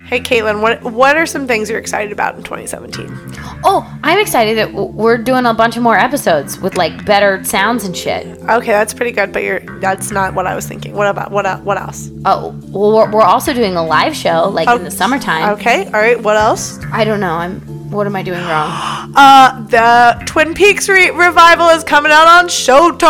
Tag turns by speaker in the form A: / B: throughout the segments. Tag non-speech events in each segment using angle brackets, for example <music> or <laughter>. A: Hey, Caitlin, what what are some things you're excited about in 2017?
B: Oh, I'm excited that w- we're doing a bunch of more episodes with like better sounds and shit.
A: Okay, that's pretty good, but you're that's not what I was thinking. What about what el- what else?
B: Oh, well, we're, we're also doing a live show like in the summertime.
A: Okay, all right, what else?
B: I don't know. I'm. What am I
A: <gasps>
B: doing wrong?
A: Uh, the Twin Peaks re- revival is coming out on Showtime.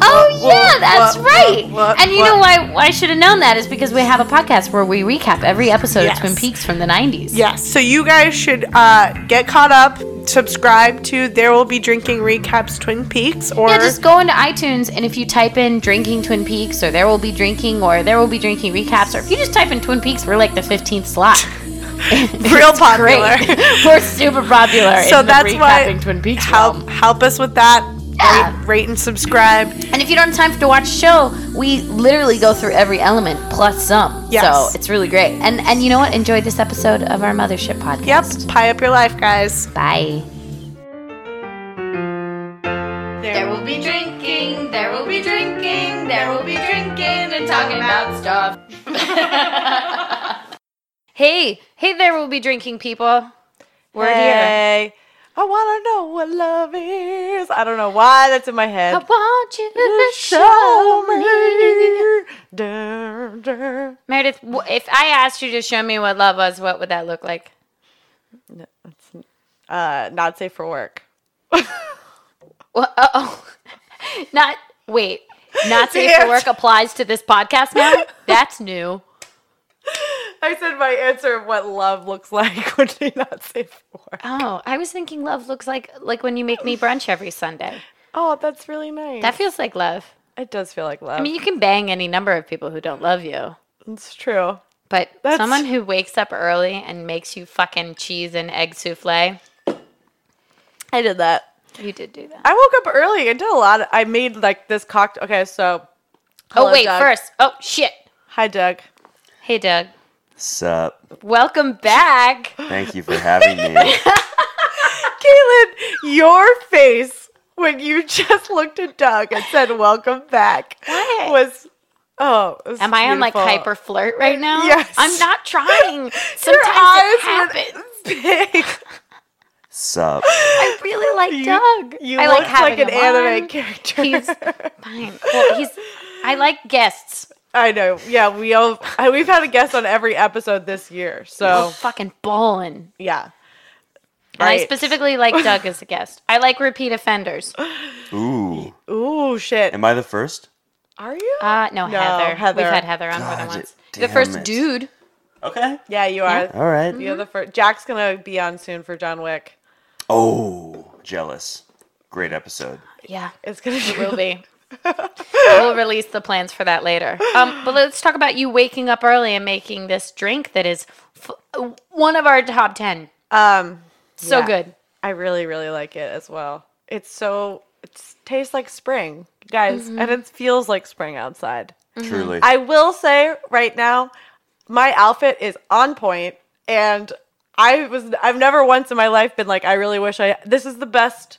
B: Oh
A: Wha-
B: yeah,
A: wha-
B: that's
A: wha-
B: right.
A: wha-
B: and you
A: wha-
B: know why, why I should have known that is because we have a podcast where we recap every episode
A: Yes.
B: of Twin Peaks from the 90s.
A: Yes. So you guys should uh, get caught up, subscribe to There Will Be Drinking Recaps Twin Peaks, or
B: Yeah, just go into iTunes and if you type in drinking Twin Peaks or there will be drinking or there will be drinking recaps or if you just type in Twin Peaks, we're like the
A: <laughs>
B: 15th slot.
A: real <laughs> popular.
B: Great. we're super popular.
A: so
B: in
A: that's
B: the
A: why
B: recapping Twin Peaks
A: help
B: realm.
A: help us with that.
B: Yeah.
A: Rate, rate and subscribe.
B: And if you don't have time to watch the show, we literally go through every element plus some.
A: Yes.
B: So it's really great. And and you know what? Enjoy this episode of our mothership podcast.
A: Yep. Pie up your life, guys.
B: Bye.
A: There will
B: be drinking, there will be drinking, there will be drinking and talking about stuff. <laughs> hey, hey there will be drinking people. We're here.
C: Hey, I wanna know what love is. I don't know why that's in my
B: I
C: head.
B: want you to show
C: Show
B: me.
C: me. Dun, dun.
B: Meredith, wh- if I asked you to show me what love was, what would that look like?
C: Uh, not safe for work.
B: Well, uh, oh, <laughs> not wait. Not safe for
C: Damn.
B: work applies to this
C: <laughs>
B: podcast now. That's new.
C: I said my answer of what love looks like <laughs> would be not safe for work.
B: Oh, I was thinking love looks like like when you make me brunch every Sunday.
C: Oh, that's really nice.
B: That feels like love.
C: it does feel like love.
B: I mean, you can bang any number of people who don't love you,
C: it's true.
B: but
C: That's-
B: someone who wakes up early and makes you fucking cheese and egg souffle,
C: I did that.
B: you did do that.
C: I woke up early. I did a lot. Of, I made like this cocktail. Okay, so.
B: oh
C: hello,
B: wait,
C: Doug.
B: first. Oh shit.
C: Hi, Doug.
B: Hey Doug,
D: Sup.
B: welcome back.
D: Thank you for having me.
C: Caitlin, your face when you just looked at Doug and said "Welcome back"
B: What?
C: was oh. it was
B: Am I on like
C: beautiful.
B: hyper flirt right now?
C: Yes.
B: I'm
C: <laughs>
B: not trying. Sometimes it
C: eyes
B: happens.
C: <laughs> Big.
D: Sup.
B: I really
C: <laughs>
B: like
C: You-
B: Doug.
C: You
B: I
C: looked like
B: having
C: an
B: him
C: anime
B: on.
C: character.
B: He's fine. Well, he's. I like guests.
C: <laughs> I know. Yeah, we all I- we've had a guest on every episode this year.
B: We're
C: So
B: fucking balling.
C: yeah.
B: And I
C: Right.
B: specifically like Doug as a guest. I like repeat offenders.
D: Ooh.
C: Ooh, shit.
D: Am I the first?
C: Are you?
B: Uh, no,
C: No,
B: Heather. We've
C: Heather.
B: had Heather on more than
D: God
B: once. The
D: damn
B: first
D: it.
B: dude.
D: Okay.
C: yeah, you are.
D: All right.
C: You're the first. Jack's gonna be on soon for John Wick.
D: Oh, jealous. Great episode.
B: Yeah,
C: It's gonna be <laughs>
B: will be. we'll release the plans for that later. Um, but let's talk about you waking up early and making this drink that is f- one of our top 10.
C: um
B: So
C: Yeah.
B: good.
C: I really, really like it as well. It's so it tastes like spring, guys, and it feels like spring outside.
B: Mm-hmm.
D: Truly.
C: I will say right now, my outfit is on point, and I was I've never once in my life been like I really wish I this is the best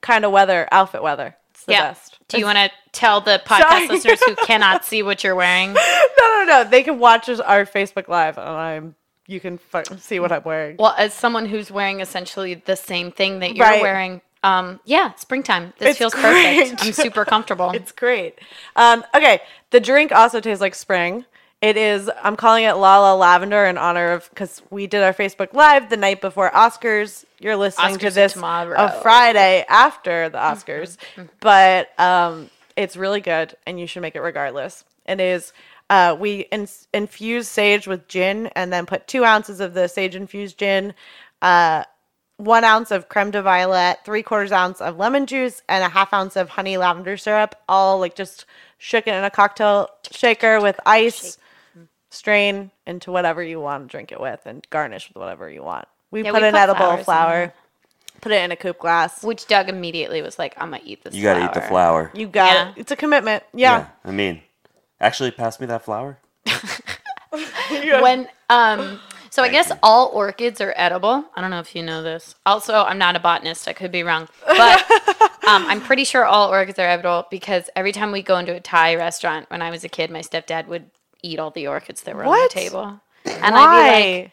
C: kind of weather outfit weather. It's the
B: yeah.
C: best.
B: Do you want to tell the
C: <laughs>
B: podcast
C: Sorry.
B: listeners who cannot see what you're wearing?
C: no, no, no. They can watch us- our Facebook live, and I'm you can fu- see what I'm wearing.
B: Well, as someone who's wearing essentially the same thing that you're
C: Right.
B: wearing, um, yeah, springtime. This
C: It's
B: feels perfect.
C: great. <laughs>
B: I'm super comfortable.
C: It's great. Um, okay, the drink also tastes like spring. It is. I'm calling it La La Lavender in honor of because we did our Facebook Live the night before Oscars. You're listening
B: Oscars are
C: to this
B: tomorrow. Mm-hmm,
C: a Friday after the Oscars, but um, it's really good, and you should make it regardless. It is. Uh, we in- infuse sage with gin, and then put two ounces of the sage infused gin. Uh, one ounce of creme de violet, three quarters ounce of lemon juice, and a half ounce of honey lavender syrup, all like just shook in a cocktail shaker with ice, strain into whatever you want to drink it with, and garnish with whatever you want. We
B: Yeah,
C: put
B: we
C: an
B: put flowers
C: edible
B: in
C: flower, put it in a coupe glass.
B: Which Doug immediately was like, I'm going to eat this.
D: you got to eat the flour.
C: You got
B: Yeah.
C: it. It's a commitment. Yeah.
D: I mean, actually, pass me that flour.
C: <laughs> Yeah.
B: When,
C: <sighs>
B: um, so I
D: Thank
B: guess
D: you.
B: all orchids are edible. I don't know if you know this. Also, I'm not a botanist. I could be wrong.
C: <laughs>
B: But um, I'm pretty sure all orchids are edible because every time we go into a Thai restaurant when I was a kid, my stepdad would eat all the orchids that were on
C: What?
B: the table. And I'd be
C: Why?
B: like,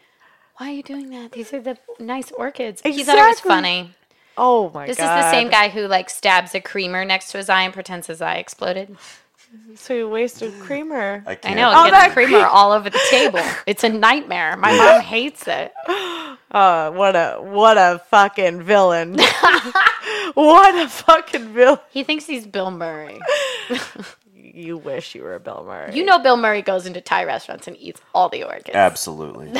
B: why are you doing that? These are the nice orchids. He thought it was
C: Exactly.
B: funny.
C: oh my
B: This
C: god.
B: is the same guy who like stabs a creamer next to his eye and pretends his eye exploded.
C: So you wasted creamer.
D: I
B: I
D: can't.
B: know,
D: Oh,
B: it gets
E: that
B: creamer all over the <laughs> table. It's a nightmare. My mom hates it.
C: Uh, what a what a fucking villain. <laughs> what a fucking villain.
B: He thinks he's Bill Murray.
C: You wish you were Bill Murray.
B: You know Bill Murray goes into Thai restaurants and eats all the orchids. <laughs>
D: Absolutely.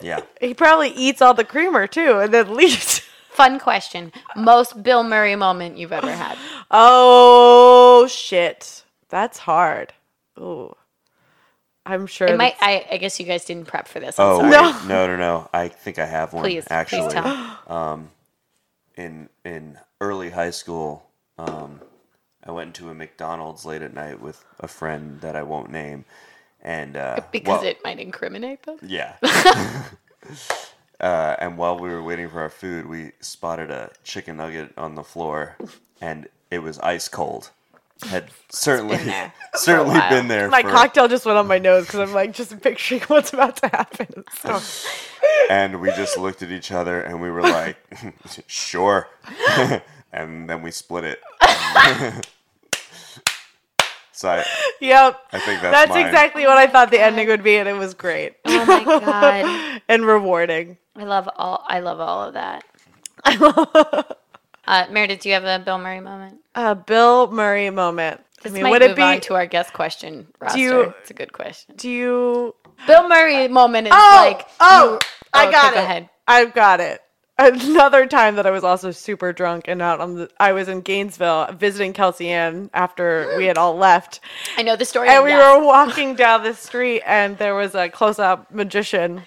D: yeah.
C: he probably eats all the creamer too and then <laughs> leaves.
B: Fun question. Most Bill Murray moment you've ever had.
C: Oh shit. That's hard. Ooh. I'm sure
B: It might
C: that's-
B: I, I guess you guys didn't prep for this. I'm
D: Oh
B: sorry.
D: no. no, no, no. I think I have one.
B: Please, please
D: actually,
B: tell.
D: in in early high school, um, I went into a McDonald's late at night with a friend that I won't name, and uh,
B: Because
D: well-
B: it might incriminate them. <laughs>
D: Yeah. uh, and while we were waiting for our food, we spotted a chicken nugget on the floor, and it was ice cold. Had certainly <laughs>
B: there
D: certainly
B: while.
D: been there
C: <laughs> my
D: for,
C: cocktail just went on my nose because I'm like just picturing <laughs> what's about to happen. So,
D: <laughs> <laughs> and we just looked at each other and we were like, <laughs> "Sure," <laughs> and then we split it. <laughs> so I,
C: yep,
D: I think that's
C: that's
D: mine.
C: exactly what I thought the ending would be, and it was great
B: Oh my god.
C: and rewarding.
B: <laughs> I love all I love all of that. uh, Meredith, do you have a Bill Murray moment?
C: A Bill Murray moment.
B: This
C: I mean,
B: might
C: would
B: move
C: it be?
B: on to our guest question roster.
C: you-
B: it's a good question.
C: do you?
B: Bill Murray moment is
C: Oh,
B: like
C: oh, I
B: okay,
C: got
B: go
C: it.
B: ahead.
C: I've got it. Another time that I was also super drunk and out on the, I was in Gainesville visiting Kelsey Ann after we had all left,
B: I know the story.
C: and we
B: yes.
C: were walking down the street and there was a close-up magician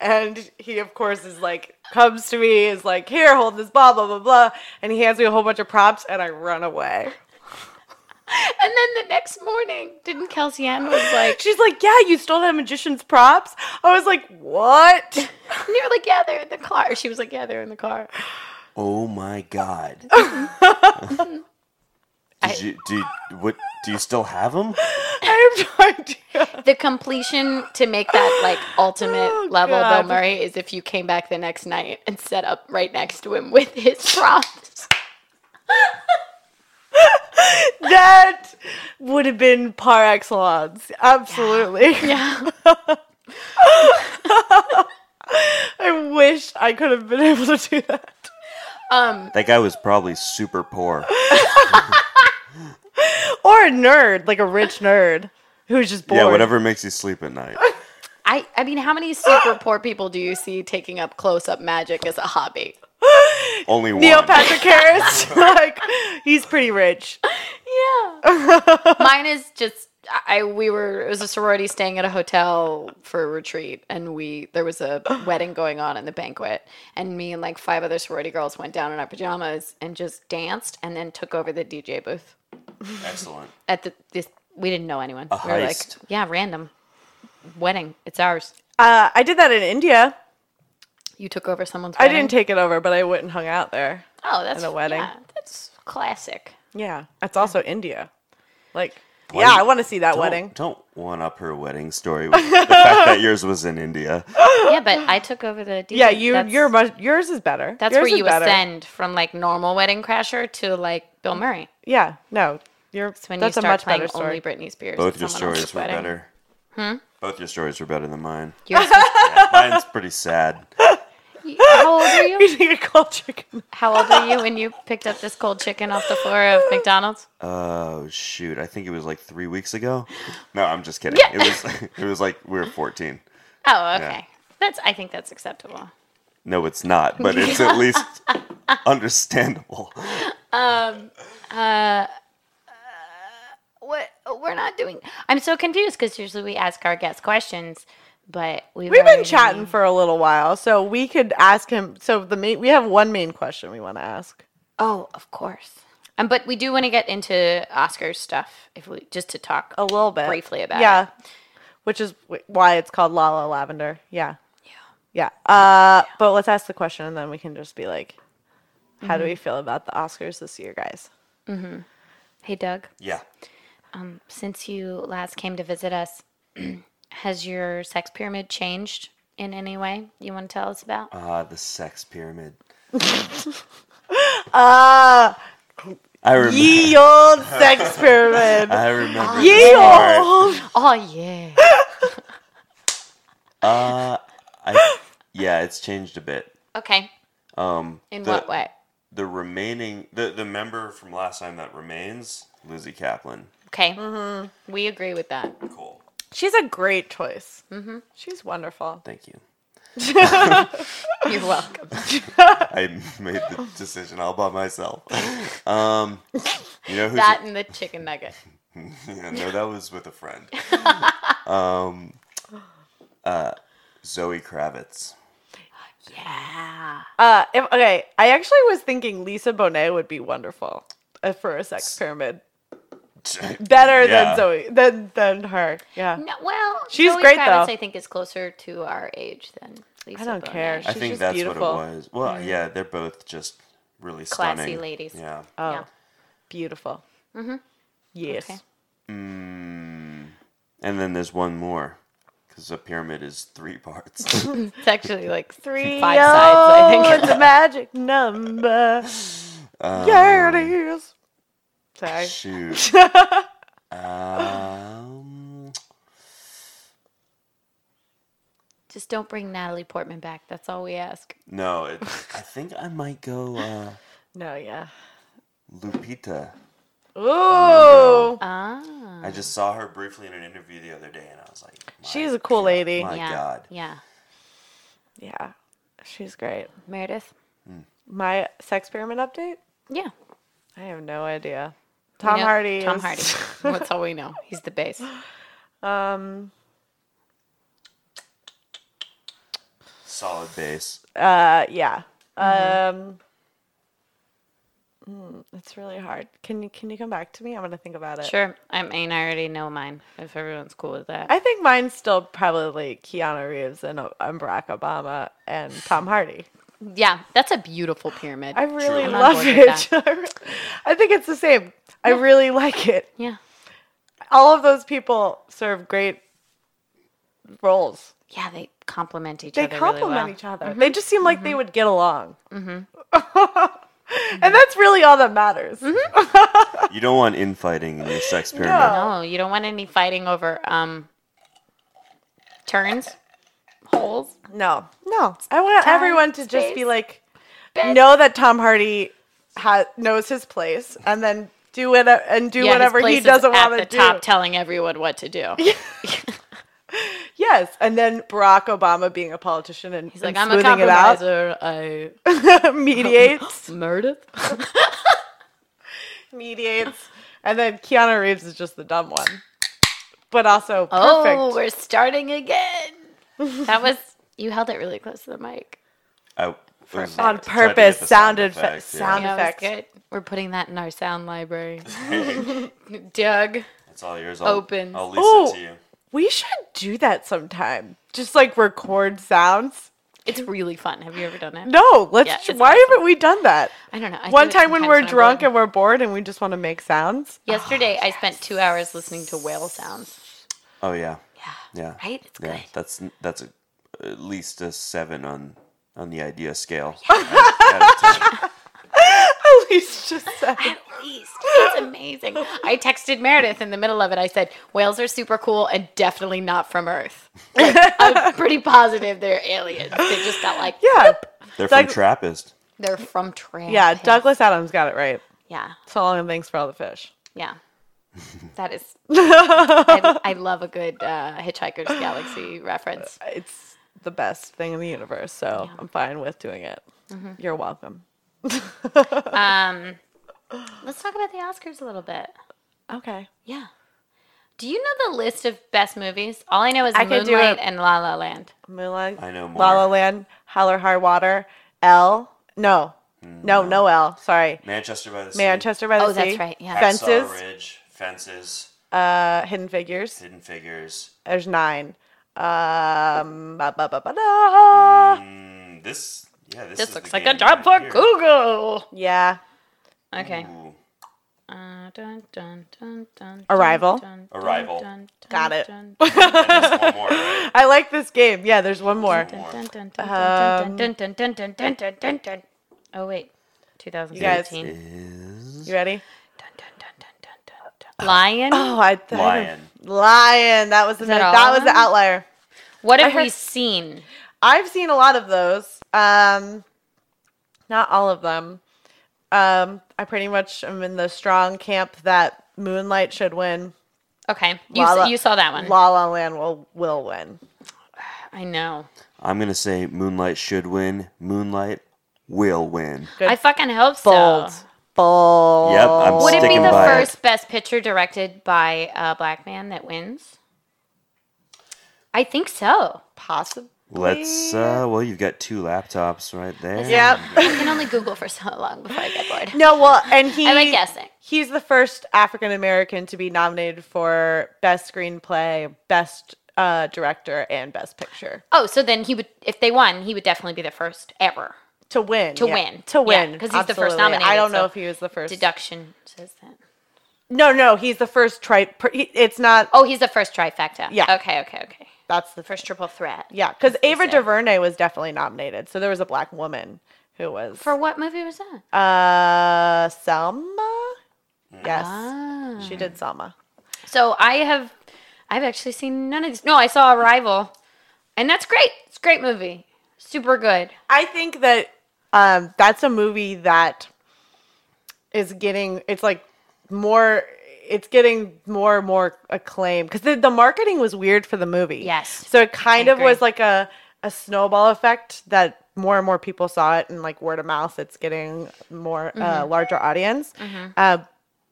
C: and he of course is like comes to me is like here hold this blah blah blah blah and he hands me a whole bunch of props and i run away
B: and then the next morning, didn't Kelsey Ann was like
C: she's like yeah you stole that magician's props i was like what <laughs>
B: and they were like, Yeah, they're in the car. She was like, Yeah, they're in the car.
D: Oh my
B: <laughs>
D: god! Did you, do you- what? Do you still have them?
C: i have no idea
B: The completion to make that like ultimate
C: Oh,
B: level
C: God.
B: Bill Murray is if you came back the next night and set up right next to him with his <laughs> props.
C: that would have been par excellence absolutely
B: Yeah.
C: <laughs> i wish i could have been able to do that
B: Um
D: That guy was probably super poor.
C: or a nerd, like a rich nerd who's just bored.
D: Yeah, whatever makes you sleep
B: <laughs>
D: at night.
B: I, I mean, how many super poor people do you see taking up close up magic as a hobby?
D: Only one.
C: Neil Patrick Harris, <laughs> like he's pretty rich.
B: Yeah.
C: <laughs>
B: Mine is just I we were it was a sorority staying at a hotel for a retreat and we there
C: <gasps>
B: was a wedding going on in the banquet and me and like five other sorority girls went down in our pajamas and just danced and then took over the DJ booth
D: Excellent.
B: at the this we didn't know anyone.
D: A
B: we were
D: heist.
B: like, yeah, random wedding. It's ours.
C: Uh, I did that in India.
B: You took over someone's
C: I
B: wedding.
C: didn't take it over, but I went and hung out there.
B: Oh, that's
C: at a wedding.
B: yeah, that's
C: <gasps>
B: classic.
C: Yeah, that's also India. Like, yeah, I want to see that
D: Don't-
C: wedding.
D: Don't one up her wedding story with the fact that yours was in
B: <laughs>
D: India.
B: Yeah, but I took over the DJ.
C: Yeah, you,
B: That's-
C: you're much, yours is better.
B: That's
C: Yours
B: where
C: is
B: you
C: better.
B: ascend from like normal Wedding Crasher to like Bill Murray.
C: Yeah, no, you're.
B: It's when
C: that's
B: you
C: a much
B: start playing
C: better story.
B: only Britney Spears.
D: Both
B: at
D: your
B: someone else's
D: stories were
B: wedding. Hmm?
D: better. Both your stories were better than mine.
B: Yours was-
D: Yeah, mine's pretty sad.
B: how old were you?
C: <laughs> you need a cold chicken.
B: How old were you when you picked up this cold chicken off the floor of McDonald's?
D: Oh shoot! I think it was like three weeks ago. No, I'm just kidding. It was. <laughs> It was like we were 14.
B: Oh, okay. That's. I think that's acceptable.
D: No, it's not. But it's at least understandable.
B: What we're not doing. I'm so confused because usually we ask our guests questions, but we've,
C: We've been
B: already-
C: chatting for a little while, so we could ask him. So the main, we have one main question we want to ask.
B: Oh, of course. Um, but we do want to get into Oscar stuff if we just to talk
C: a
B: Oh,
C: little bit
B: briefly about
C: yeah
B: it.
C: which is wh- why it's called la la lavender yeah yeah yeah uh but let's ask the question and then we can just be like how do we feel about the oscars this year guys <laughs>
B: Hey, Doug.
D: Yeah.
B: since you last came to visit us, <clears throat> Has your sex pyramid changed in any way you want to tell us about?
D: Ah, the sex pyramid.
C: Ah,
D: I remember.
C: ye old sex pyramid. <laughs>
D: I remember.
C: Ye
D: this part.
C: old.
B: Oh yeah.
D: Uh, I, yeah, it's changed a bit.
B: Okay.
D: Um,
B: In
D: the,
B: what way?
D: The remaining, the, the member from last time that remains, Lizzie Kaplan.
B: Okay.
C: Mm-hmm.
B: We agree with that. <laughs>
D: Cool.
C: She's a great choice. She's wonderful.
D: Thank you.
B: You're welcome.
D: I <laughs> made the decision all by myself. Um, you know who's
B: that and the chicken nugget.
D: <laughs> yeah, no, that was with a friend. um, uh, Zoe Kravitz.
B: Yeah.
C: Uh, if, okay, I actually was thinking Lisa Bonet would be wonderful uh, for a sex pyramid. Better
D: Yeah.
C: than Zoe than than her. Yeah.
B: No, well,
C: She's
B: Zoe
C: great,
B: Kravitz,
C: though.
B: I think is closer to our age than Lisa.
C: I don't
B: Bonet.
C: care.
D: I
C: She's
D: think
C: just
D: that's
C: beautiful. Mm.
D: what it was. Well, yeah, they're both just really
B: Classy
D: stunning.
B: ladies.
D: Yeah.
C: Oh,
B: Yeah.
C: beautiful. Mm-hmm. Yes.
B: Okay.
D: Mm. And then there's one more because a pyramid is three <laughs> parts.
B: <laughs> It's actually like
C: <laughs> Three
B: five sides. I think.
C: it's a magic number.
D: Um,
C: yeah, it is. Sorry. <laughs>
D: Shoot. um,
B: <laughs> Just don't bring Natalie Portman back. That's all we ask.
D: no, it, I think I might go uh,
C: no, yeah.
D: Lupita.
C: Ooh,
D: Oh,
B: Ah.
D: I just saw her briefly in an interview the other day, and I was like, my
C: she's a cool lady.
D: Oh my
B: yeah.
D: God.
B: Yeah.
C: Yeah, she's great.
B: Meredith.
C: My sex pyramid update?
B: Yeah.
C: I have no idea.
B: We
C: Tom
B: know-
C: Hardy.
B: Tom
C: is- <laughs>
B: Hardy. That's all we know. He's the base.
C: Um,
D: solid base.
C: uh, yeah.
B: Mm-hmm.
C: Um, mm, it's really hard. Can you can you come back to me? I'm gonna think about it.
B: <laughs> Sure. I mean, I already know mine. If everyone's cool with that.
C: I think mine's still probably Keanu Reeves and, uh, and Barack Obama and Tom Hardy.
B: yeah, that's a beautiful pyramid.
C: I really
D: I'm
B: on
C: love
B: board with
C: it. I re- <laughs> I think it's the same. I really like it.
B: yeah.
C: All of those people serve great roles.
B: Yeah, they complement each
C: They
B: other.
C: complement
B: really well. Mm-hmm.
C: each other. They just seem like they would get along. <laughs> and that's really all that matters.
B: Mm-hmm.
D: You don't want infighting in
C: <laughs>
D: your sex pyramid.
B: No, you don't want any fighting over um turns, holes.
C: No, no. I want
B: Time,
C: everyone to just be
B: space,
C: like,
B: bed.
C: know that Tom Hardy ha- knows his place, and then do it and do
B: Yeah, his
C: whatever
B: place
C: he
B: is
C: doesn't
B: at
C: want to
B: the
C: do.
B: top, telling everyone what
C: <laughs>
B: to do.
C: yes, and then Barack Obama being a politician and,
B: He's
C: and
B: like, I'm a
C: smoothing it <laughs> out,
B: compromiser. <laughs> I
C: mediates, <laughs>
B: Meredith.
C: mediates, and then Keanu Reeves is just the dumb one, but also perfect.
B: Oh, we're starting again.
C: <laughs>
B: That was you held it really close to the mic.
D: I was
C: On
D: tried to get the
C: purpose, sounded fa-
D: effect,
C: sound-
B: Yeah, it was
C: effects.
B: good. We're putting that in our sound library.
D: yeah.
B: Doug.
D: It's all yours. I'll,
B: Open.
D: I'll lease
C: Ooh.
D: it to you.
C: We should do that sometime. Just like record sounds.
B: It's really fun. Have you ever done it?
C: No, let's.
B: Yeah, it's
C: why haven't we done that?
B: I don't know. I
C: One
B: do it
C: time when
B: sometimes
C: we're
B: I'm
C: drunk
B: bored.
C: and we're bored and we just want to make sounds. <laughs>
B: Yesterday, I spent two hours listening to whale sounds.
D: Oh yeah.
B: Yeah.
D: Yeah.
B: Right? It's
D: Yeah.
B: good.
D: That's that's a, at least a seven on on the idea scale. Out of 10.
C: At least just
B: <laughs>
C: said.
B: At least. It's amazing. I texted Meredith in the middle of it. I said, whales are super cool and definitely not from Earth.
C: <laughs>
B: Like, I'm pretty positive they're aliens. They just got like,
C: Yeah.
D: They're
C: Doug-
D: from Trappist.
B: they're from Trans.
C: Yeah, Douglas Adams got it right.
B: Yeah.
C: So long and thanks for all the fish. <laughs>
B: Yeah. That is. <laughs> I, I love a good uh, Hitchhiker's Galaxy reference.
C: It's the best thing in the universe, so I'm fine with doing it.
B: Mm-hmm.
C: You're welcome.
B: Um, let's talk about the Oscars a little bit.
C: Okay.
B: Yeah. Do you know the list of best movies? All I know is
C: I could do
B: Moonlight
C: it.
B: and La La Land.
C: Moonlight.
D: I know
C: La La
D: more.
C: Land, Hell or High Water, L. No. No, no L. Sorry.
D: Manchester by the Sea.
C: Manchester by the
B: Oh,
C: Sea.
B: that's right, yeah.
D: Hacksaw
C: Fences.
D: Ridge. Fences.
C: Uh, Hidden Figures.
D: Hidden Figures.
C: There's nine. Um, ba, ba, ba, ba, da.
D: Mm, this. Yeah. This,
B: This
D: is
B: looks
D: the
B: like a
D: game
B: job for
D: right here. Mm.
B: Google.
C: Yeah.
B: Okay.
D: Ooh.
B: Uh, Dun, dun, dun, dun, dun,
C: Arrival.
B: dun, dun,
D: Arrival.
B: dun, dun,
C: Got it. <laughs>
B: dun,
D: And there's one more, right?
C: I like this game. Yeah, there's one more.
D: One more.
B: dun, dun,
C: Um,
B: dun, dun, dun, dun, dun, dun, dun, dun, dun. Oh wait,
C: guys-
B: 2017. Dun,
D: <laughs> Is
C: You ready?
B: dun, dun, dun, dun, dun, dun. Lion.
C: Oh, I I don't-
D: Lion.
C: Lion. That was the
B: that
C: that,
B: all
C: that
B: of
C: was the
B: them?
C: outlier.
B: What have we
C: heard-
B: seen?
C: I've seen a lot of those. Um, not all of them. Um, I pretty much am in the strong camp that Moonlight should win.
B: Okay, you,
C: La La-
B: s- you saw that one.
C: La La Land will will win.
B: I know.
D: I'm gonna say Moonlight should win. Moonlight will win.
C: Good.
B: I fucking hope so.
C: Bold. Bold.
D: Yep, I'm
B: Would it be
D: Sticking
B: the
D: by it.
B: first best picture directed by a black man that wins? I think so.
C: possible?
D: Let's. uh Well, you've got two laptops right there.
C: Yep.
B: I can only Google for so long before I get bored.
C: No, well, and
B: <laughs>
C: he
B: I like guessing.
C: He's the first African American to be nominated for best screenplay, best uh, director, and best picture
B: Oh, so then he would, if they won, he would definitely be the first ever.
C: to win.
B: To
C: yeah.
B: win.
C: To
B: Yeah,
C: win.
B: 'cause he's the
C: absolutely.
B: first
C: I
B: nominated,
C: don't know
B: so
C: if he was the first.
B: Deduction says that.
C: no, no, he's the first. Tri- per- he- it's not.
B: Oh, he's the first trifecta.
C: Yeah.
B: Okay, okay, okay.
C: That's the first.
B: First triple threat.
C: Yeah, because Ava
B: say.
C: DuVernay was definitely nominated. So there was a black woman who was
B: For what movie was that?
C: uh Selma. Yes,
B: Ah.
C: she did Selma.
B: So I have, I've actually seen none of these. No, I saw Arrival, and that's great. It's a great movie. Super good.
C: I think that um, that's a movie that is getting it's like more it's getting more and more acclaim because the, the marketing was weird for the movie.
B: Yes.
C: So it kind
B: I
C: of was
B: agree.
C: like a, a snowball effect that more and more people saw it and like word of mouth it's getting more uh,
B: Mm-hmm.
C: larger audience. Uh,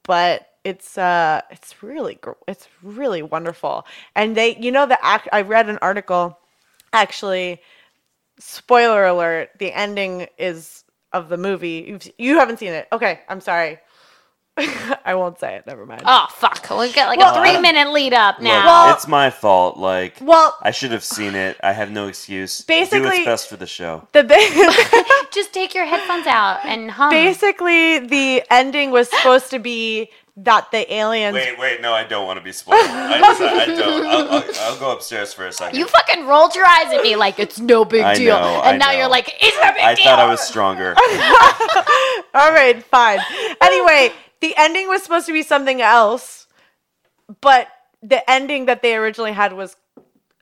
C: but it's uh it's really gr- it's really wonderful. And they you know the act I read an article actually spoiler alert the ending is of the movie You've, you haven't seen it okay i'm sorry <laughs> i won't say it never mind
B: Oh fuck! We got like a three minute lead up
D: Look,
B: now.
D: it's my fault. Like,
C: Well-
D: I should have seen it. I have no excuse. do
C: Basically-
D: what's best for the show.
C: the
B: <laughs>
C: ba-
B: <laughs> Just take your headphones out and hum.
C: basically the ending was supposed to be that the aliens
D: Wait, wait, no, I don't want to be spoiled. I, just, I, I don't. I'll, I'll, I'll go upstairs for a second.
B: you fucking rolled your eyes at me like it's no big
D: I
B: deal,
D: know,
B: and
D: I
B: now
D: know.
B: you're like it's a big
D: I
B: deal.
D: thought I was stronger.
C: all right fine anyway the ending was supposed to be something else but the ending that they originally had was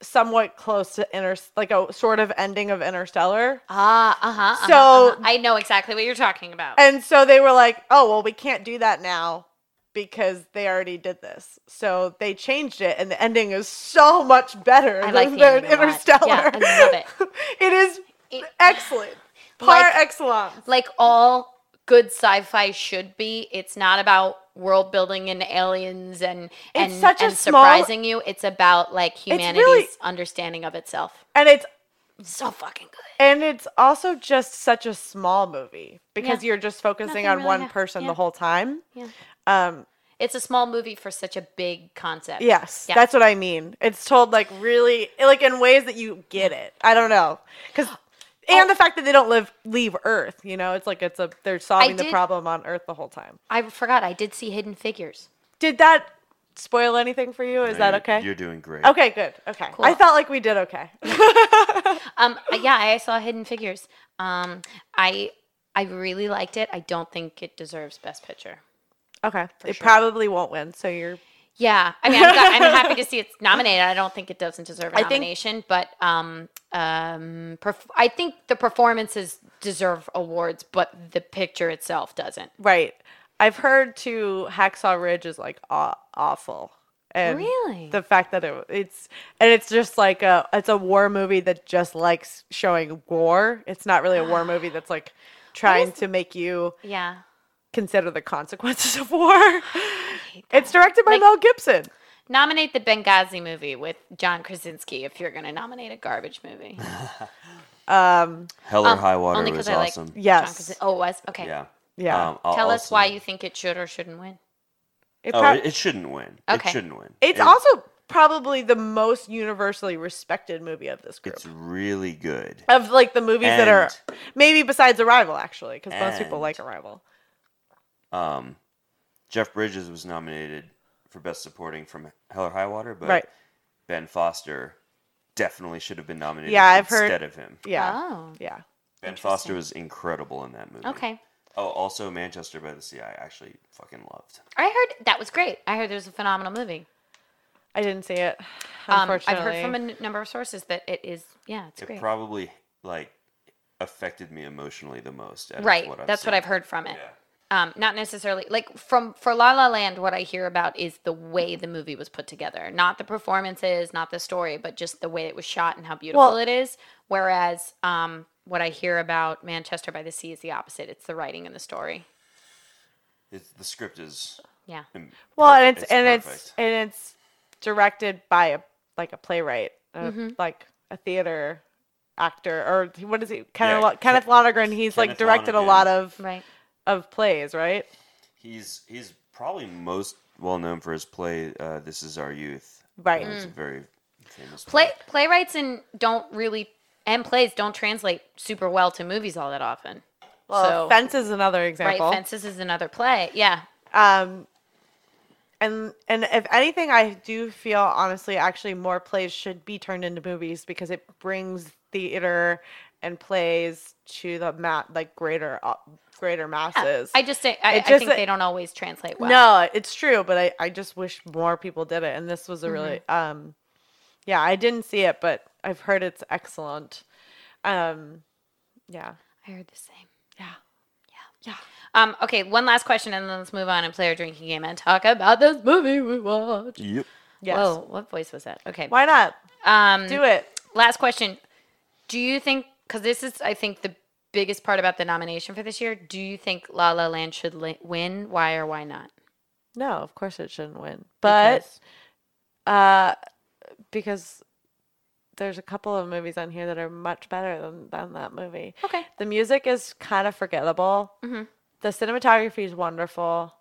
C: somewhat close to inter like a sort of ending of interstellar
B: Ah, uh huh.
C: So-
B: I know exactly what you're talking about.
C: And so they were like, oh, well, we can't do that now because they already did this. So they changed it, and the ending is so much better
B: I like
C: than,
B: the ending a lot.
C: Interstellar.
B: Yeah, I love it.
C: <laughs> it is
B: It-
C: excellent. Par
B: <sighs> Like-
C: excellence.
B: like all good sci-fi should be. It's not about world building and aliens and and,
C: such a
B: and
C: small-
B: surprising you. It's about like humanity's
C: really-
B: understanding of itself.
C: And it's
B: So fucking good.
C: and it's also just such a small movie because
B: Yeah.
C: you're just focusing
B: Nothing
C: on
B: really
C: one
B: hap-
C: person
B: yeah.
C: the whole time.
B: Yeah.
C: Um,
B: It's a small movie for such a big concept.
C: yes,
B: Yeah.
C: that's what I mean. It's told like really like in ways that you get it. I don't know because.
B: Oh.
C: And the fact that they don't live leave Earth, you know, it's like it's a they're solving the
B: did-
C: problem on Earth the whole time.
B: I forgot I did see Hidden Figures.
C: Did that spoil anything for you? Is that
D: You're-
C: okay?
D: You're doing great.
C: Okay, good. Okay, I
B: Cool.
C: felt like we did okay.
B: Um yeah, I saw Hidden Figures. Um I I really liked it. I don't think it deserves best picture.
C: okay, it probably won't win, so you're
B: Yeah, I mean, I'm, glad- I'm happy to see it's <laughs> nominated. I don't think it doesn't deserve a
C: I think-
B: nomination, but um, um, perf- I think the performances deserve awards, but the picture itself doesn't.
C: right. I've heard too. Hacksaw Ridge is like aw- awful, and
B: Really?
C: the fact that it, it's and it's just like a it's a war movie that just likes showing war. It's not really a war movie that's like trying to make you
B: Yeah.
C: consider the consequences of war. It's directed by Mel Gibson.
B: Nominate the Benghazi movie with John Krasinski if you're going to nominate a garbage
D: <laughs>
B: movie.
C: Um,
D: Hell or High Water
B: Only
D: was
B: because I like
D: awesome.
B: John
C: Yes.
B: Krasin- oh, it was okay.
D: Yeah. Um,
C: Yeah.
D: I'll
B: Tell us
D: also-
B: why you think it should or shouldn't win.
C: it
D: Oh,
C: prob-
D: it, it shouldn't win.
B: Okay.
D: It shouldn't win.
C: it's
D: It-
C: also probably the most universally respected movie of this group.
D: It's really good.
C: Of like the movies that are
D: And-
C: maybe besides Arrival actually, because most people like
D: and-
C: Arrival.
D: Um, Jeff Bridges was nominated for Best Supporting from Hell or High Water, but
C: Right.
D: Ben Foster definitely should have been nominated
C: Yeah, I've heard-
D: instead of him.
C: Yeah.
B: Oh.
C: Yeah.
D: Ben Foster was incredible in that movie.
B: Okay.
D: Oh, also Manchester by the Sea, I actually fucking loved.
B: I heard that was great. I heard it was a phenomenal movie.
C: I didn't see it.
B: Um,
C: Unfortunately.
B: I've heard from a n- number of sources that it is, yeah, it's
D: It
B: great.
D: probably like affected me emotionally the most. out of
B: right. That's what
D: seen.
B: I've heard from it.
D: Yeah.
B: Um, not necessarily like from for La La Land. What I hear about is the way the movie was put together, not the performances, not the story, but just the way it was shot and how beautiful
C: Well-
B: it is. Whereas um, what I hear about Manchester by the Sea is the opposite. It's the writing and the story.
D: It's, the script is.
B: Yeah.
D: im-
C: well, and
D: perfect.
C: it's, and it's
D: perfect.
C: and it's directed by a like a playwright, a,
B: Mm-hmm.
C: like a theater actor, or he- what is he? Kenneth,
D: Yeah,
C: Lo-
D: Ke-
C: Kenneth Lonergan. He's like
D: Kenneth
C: directed a
D: Lonergan.
C: lot of
B: Right.
C: of plays, right?
D: He's he's probably most well known for his play. Uh, this is our youth.
C: Right.
B: Mm.
C: Mm.
D: It's a very famous
B: Play playwrights and don't really and plays don't translate super well to movies all that often.
C: Well,
B: so
C: Fence is another
B: right,
C: example.
B: fences is another play. Yeah.
C: Um, and and if anything, I do feel honestly, actually, more plays should be turned into movies because it brings theater and plays to the mat like greater uh, greater masses.
B: I just say I,
C: It
B: I
C: just-
B: think they don't always translate well.
C: No, it's true, but I, I just wish more people did it. And this was a really
B: Mm-hmm.
C: um, yeah, I didn't see it, but I've heard it's excellent. Um, yeah,
B: I heard the same.
C: yeah,
B: Um, okay, one last question and then let's move on and play our drinking game and talk about this movie we watched.
D: Yep.
C: yes.
B: Whoa, what voice was that? Okay.
C: Why not
B: Um
C: do it?
B: last question. Do you think cuz this is I think the biggest part about the nomination for this year, do you think La La Land should li- win? Why or why not?
C: No, of course it shouldn't win, but uh, because there's a couple of movies on here that are much better than than that movie.
B: Okay.
C: The music is kind of forgettable.
B: Mhm.
C: The cinematography is wonderful.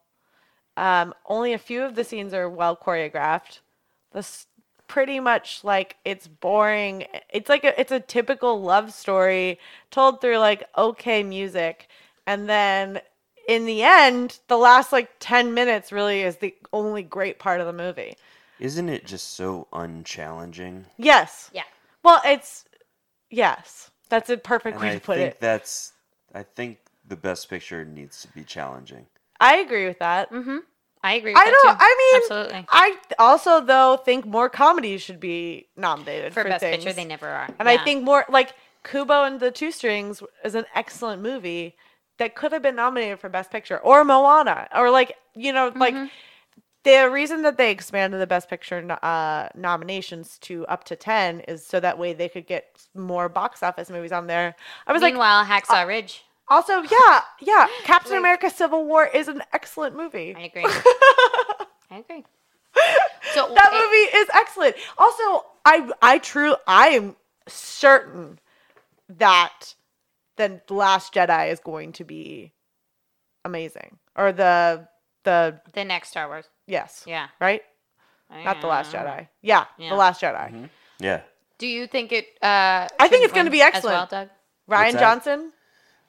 C: Um, only a few of the scenes are well choreographed. This pretty much like it's boring. It's like a, it's a typical love story told through like okay music, and then in the end, the last like ten minutes really is the only great part of the movie.
D: Isn't it just so unchallenging?
C: Yes.
B: Yeah.
C: Well, it's yes. That's a perfect
D: And
C: way
D: I
C: to put
D: think
C: it.
D: that's. I think the best picture needs to be challenging.
C: I agree with that.
B: Mhm. I agree with
C: I
B: that
C: don't.
B: too.
C: I mean,
B: Absolutely.
C: I also though think more comedies should be nominated
B: For,
C: for,
B: best
C: things.
B: picture they never are.
C: and I
B: Yeah.
C: think more like Kubo and the Two Strings is an excellent movie that could have been nominated for best picture or Moana or like you know
B: Mm-hmm.
C: like the reason that they expanded the best picture no- uh, nominations to up to 10 is so that way they could get more box office movies on there. I was like uh,
B: Meanwhile, Hacksaw Ridge.
C: also yeah,
B: <gasps>
C: yeah, Captain America Civil War is an excellent movie. <laughs>
B: I agree. I agree. So eh,
C: That
B: it-
C: movie is excellent. Also, I I true I am certain that the Last Jedi is going to be amazing. Or the the
B: the next Star Wars.
C: yes.
B: Yeah.
C: Right? Not the Last Jedi. Yeah,
B: Yeah.
C: the Last Jedi.
D: Mm-hmm. Yeah.
B: Do you think it? Uh,
C: I think
B: should
C: it's gonna
B: win
C: be
B: as well,
C: excellent.
B: Doug?
C: Ryan
D: that?
C: Johnson.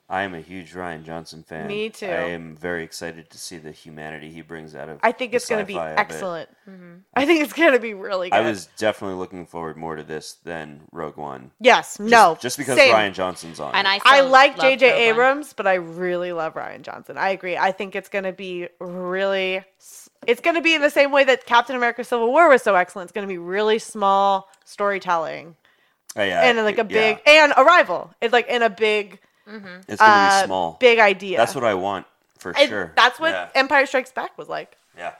D: I am a huge Ryan Johnson fan.
C: Me too.
D: I am very excited to see the humanity he brings out of.
C: I think
D: the
C: it's going to be
D: sci-fi of it.
C: excellent.
B: Mm-hmm.
C: I think it's going to be really good.
D: I was definitely looking forward more to this than Rogue One.
C: yes, no.
D: Just because
C: same.
D: Ryan Johnson's on.
B: And
D: it.
C: I
B: I, still
C: like
B: love
C: J.J.
B: Rogue One.
C: Abrams, but I really love Ryan Johnson. I agree. I think it's going to be really. s- It's going to be in the same way that Captain America: Civil War was so excellent. It's going to be really small storytelling
D: Oh, yeah,
C: and like a
D: it-
C: big
D: yeah.
C: and Arrival. It's like in a big,
D: It's gonna
C: uh,
D: be small.
C: big idea.
D: That's what I want for
C: And
D: sure.
C: That's what
D: Yeah.
C: Empire Strikes Back was like.
D: yeah.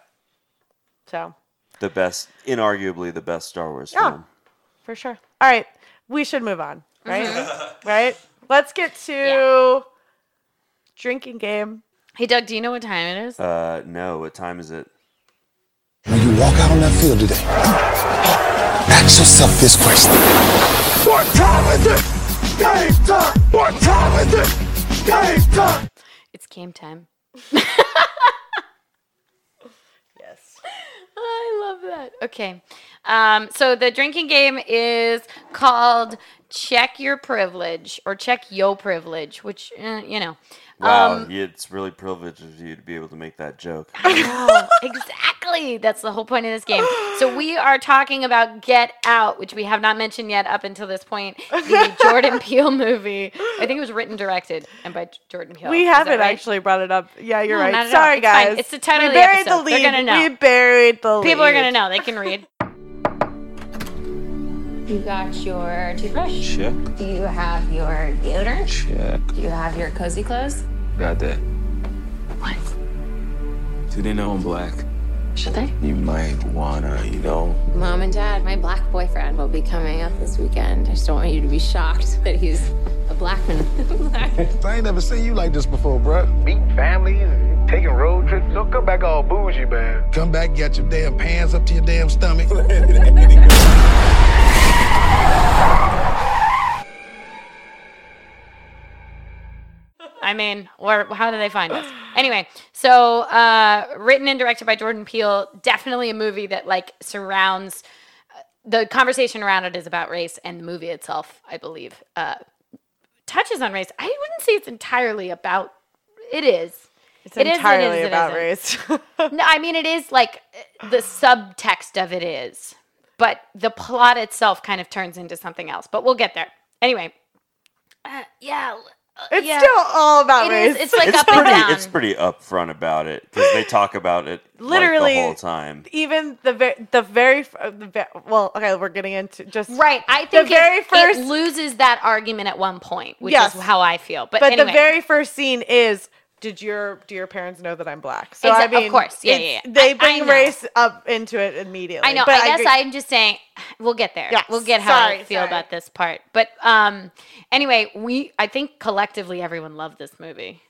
C: So
D: The best, inarguably the best Star Wars
C: Yeah.
D: film.
C: for sure. All right, we should move on. Right, right. Let's get to drinking game.
B: Hey Doug, do you know what time it is?
D: Uh, no, what time is it?
F: When you walk out on that field today, ask yourself this question. What time is it? Game time! What time is it? Game time!
B: It's game time.
C: Yes.
B: I love that. Okay, um, so the drinking game is called check your privilege or check yo privilege, which eh, you
C: <laughs>
B: know.
D: Wow,
C: Um,
D: yeah, it's really privileged of you to be able to make that joke.
B: Oh, exactly. That's the whole point of this game. So we are talking about Get Out, which we have not mentioned yet up until this point. The
C: <laughs>
B: Jordan Peele movie. I think it was written, directed, and by J- Jordan Peele.
C: We
B: Is that
C: haven't
B: right?
C: actually brought it up. Yeah, you're
B: No,
C: right.
B: not at all.
C: Sorry,
B: It's fine.
C: guys.
B: It's the title
C: We
B: of the
C: buried
B: episode.
C: the
B: They're
C: lead.
B: gonna know.
C: We buried the lead.
B: People are gonna know. They can read. You got your toothbrush.
G: Check,
H: Do you have your deodorant?
G: check.
H: Do you have your cozy clothes?
G: Got that.
H: What?
G: Do they know I'm black?
H: Should they?
G: You might wanna, you know.
H: Mom and Dad, my black boyfriend will be coming out this weekend. I just don't want you to be shocked that he's a black man.
F: I ain't never seen you like this before, bruh.
I: meeting families, taking road trips. Don't come back all bougie, man.
F: Come back, got your damn pants up to your damn stomach. <laughs>
B: I mean, or how do they find us? Anyway, so uh, written and directed by Jordan Peele, definitely a movie that like surrounds uh, the conversation around it is about race, and the movie itself, I believe, uh, touches on race. I wouldn't say it's entirely about. It is.
C: It's
B: It is, it
C: entirely
B: is, it
C: about
B: isn't.
C: race. <laughs>
B: <laughs> No, I mean it is like uh, the subtext of it is, but the plot itself kind of turns into something else. But we'll get there. Anyway, uh, yeah, uh,
C: it's
B: yeah.
C: still all about
B: It
C: race.
B: is. It's like
D: It's
B: up and
D: pretty.
B: down.
D: It's pretty upfront about it because they talk about it like,
C: Literally-
D: the whole time.
C: <laughs> even the very the very f- uh, the ve- well okay we're getting into just
B: Right. I
C: The
B: think
C: very
B: it, it
C: first-
B: loses that argument at one point, which
C: Yes.
B: is how I feel. But,
C: but
B: anyway,
C: the very first scene is did your do your parents know that I'm black so
B: Exa-
C: I
B: of
C: mean
B: course. Yeah,
C: it's-
B: yeah, yeah. I-
C: they
B: I
C: bring
B: know.
C: race up into it immediately
B: I know.
C: but
B: I guess
C: agree.
B: I am just saying we'll get there.
C: Yes.
B: We'll get how I
C: Sorry,
B: feel
C: sorry.
B: about this part. But um, anyway, we I think collectively everyone loved this movie.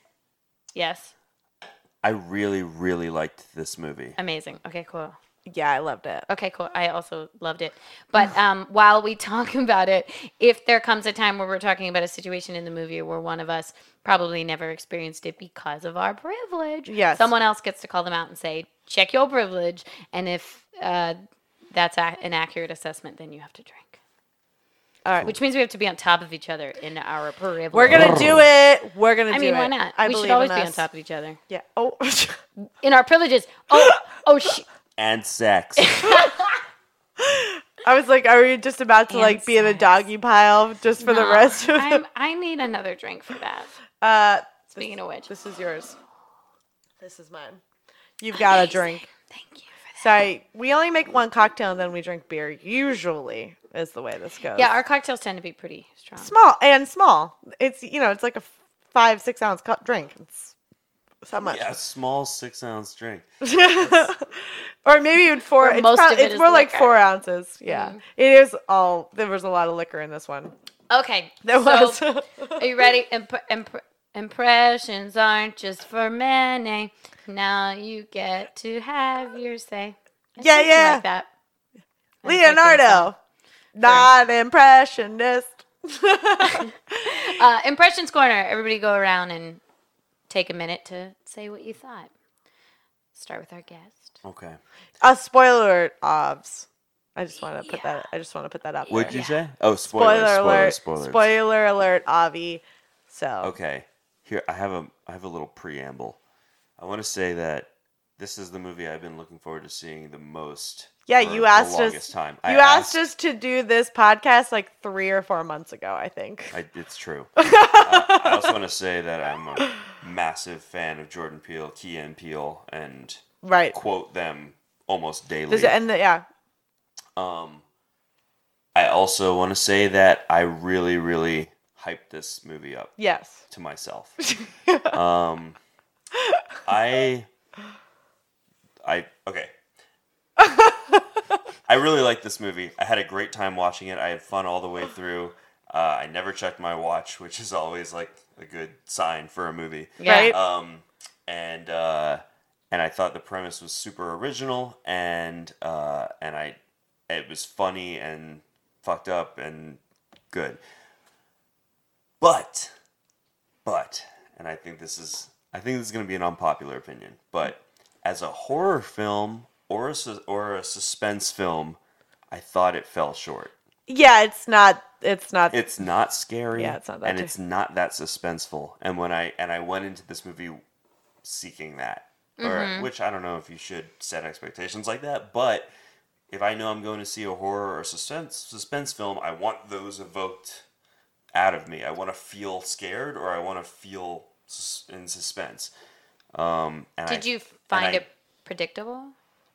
B: Yes.
D: I really, really liked this movie.
B: Amazing. Okay. Cool.
C: yeah I loved it
B: Okay, cool. I also loved it. But um, while we talk <laughs> about it, if there comes a time where we're talking about a situation in the movie where one of us probably never experienced it because of our privilege,
C: Yes.
B: someone else gets to call them out and say, check your privilege. And if uh, that's a- an accurate assessment, then you have to drink.
C: All right.
B: Which means we have to be on top of each other in our privilege.
C: we're gonna do it we're gonna do
B: I mean,
C: it
B: why not?
C: I
B: we
C: believe
B: should always
C: in
B: be
C: us.
B: on top of each other
C: yeah oh <laughs>
B: in our privileges. Oh, oh, sh-
D: And
C: <laughs>
D: sex.
C: I was like are we just about to
B: And
C: like be in a
B: sex.
C: doggy pile just for the
B: No,
C: rest of
B: I'm, I need another drink for that.
C: <laughs> uh
B: Speaking of which,
C: this is yours this is mine you've got a drink
B: thank you for that.
C: Sorry, we only make one cocktail and then we drink beer. Usually is the way this goes.
B: Yeah, our cocktails tend to be pretty strong.
C: small and small. It's you know it's like a f- five six ounce co- drink. It's so much.
D: yeah, a small six ounce drink.
C: or maybe even four.
B: Where
C: It's,
B: most
C: prob-
B: of it
C: it's
B: is
C: more like
B: liquor. Mm-hmm.
C: four ounces. Yeah, it is all. There was a lot of liquor in this one.
B: Okay.
C: There
B: so,
C: was. <laughs>
B: are you ready? Imp- imp- impressions aren't just for many. Now you get to have your say. It's
C: Yeah,
B: something
C: yeah.
B: Like that. I just like that song.
C: Leonardo, not impressionist.
B: Uh, impressions corner. Everybody go around and take a minute to say what you thought. Start with our guest.
D: Okay.
C: A spoiler ofs. I just want to put that. I just want to put that out.
D: What'd
C: there.
D: you say? Oh,
C: spoiler,
D: spoilers. Spoiler,
C: alert!
D: spoilers.
C: Spoiler alert, Avi. So
D: Okay. Here I have a I have a little preamble. I want to say that this is the movie I've been looking forward to seeing the most.
C: yeah,
D: for
C: you asked
D: the
C: us.
D: longest time.
C: You asked, us to do this podcast like three or four months ago, I think.
D: I, it's true. Uh, I, I also want to say that I'm a massive fan of Jordan Peele, Key and Peele, and
C: right.
D: quote them almost daily.
C: This, and the, yeah,
D: Um, I also want to say that I really, really hyped this movie up
C: yes,
D: to myself. um, I, I okay. I really like this movie. I had a great time watching it. I had fun all the way through. Uh, I never checked my watch, which is always like a good sign for a movie.
C: right.
D: Um, and uh, and I thought the premise was super original, and uh, and I it was funny and fucked up and good. But but and I think this is I think this is going to be an unpopular opinion, but as a horror film or a sus- or a suspense film, I thought it fell short.
C: yeah, it's not It's not.
D: it's not scary
C: Yeah, it's not that
D: and
C: too-
D: it's not that suspenseful and when i and i went into this movie seeking that
C: Mm-hmm.
D: or uh, which i don't know if you should set expectations like that but if i know i'm going to see a horror or suspense suspense film i want those evoked out of me i want to feel scared or i want to feel sus- in suspense um and
J: Did
D: I-
J: you
D: and
J: find
D: I-
J: it predictable?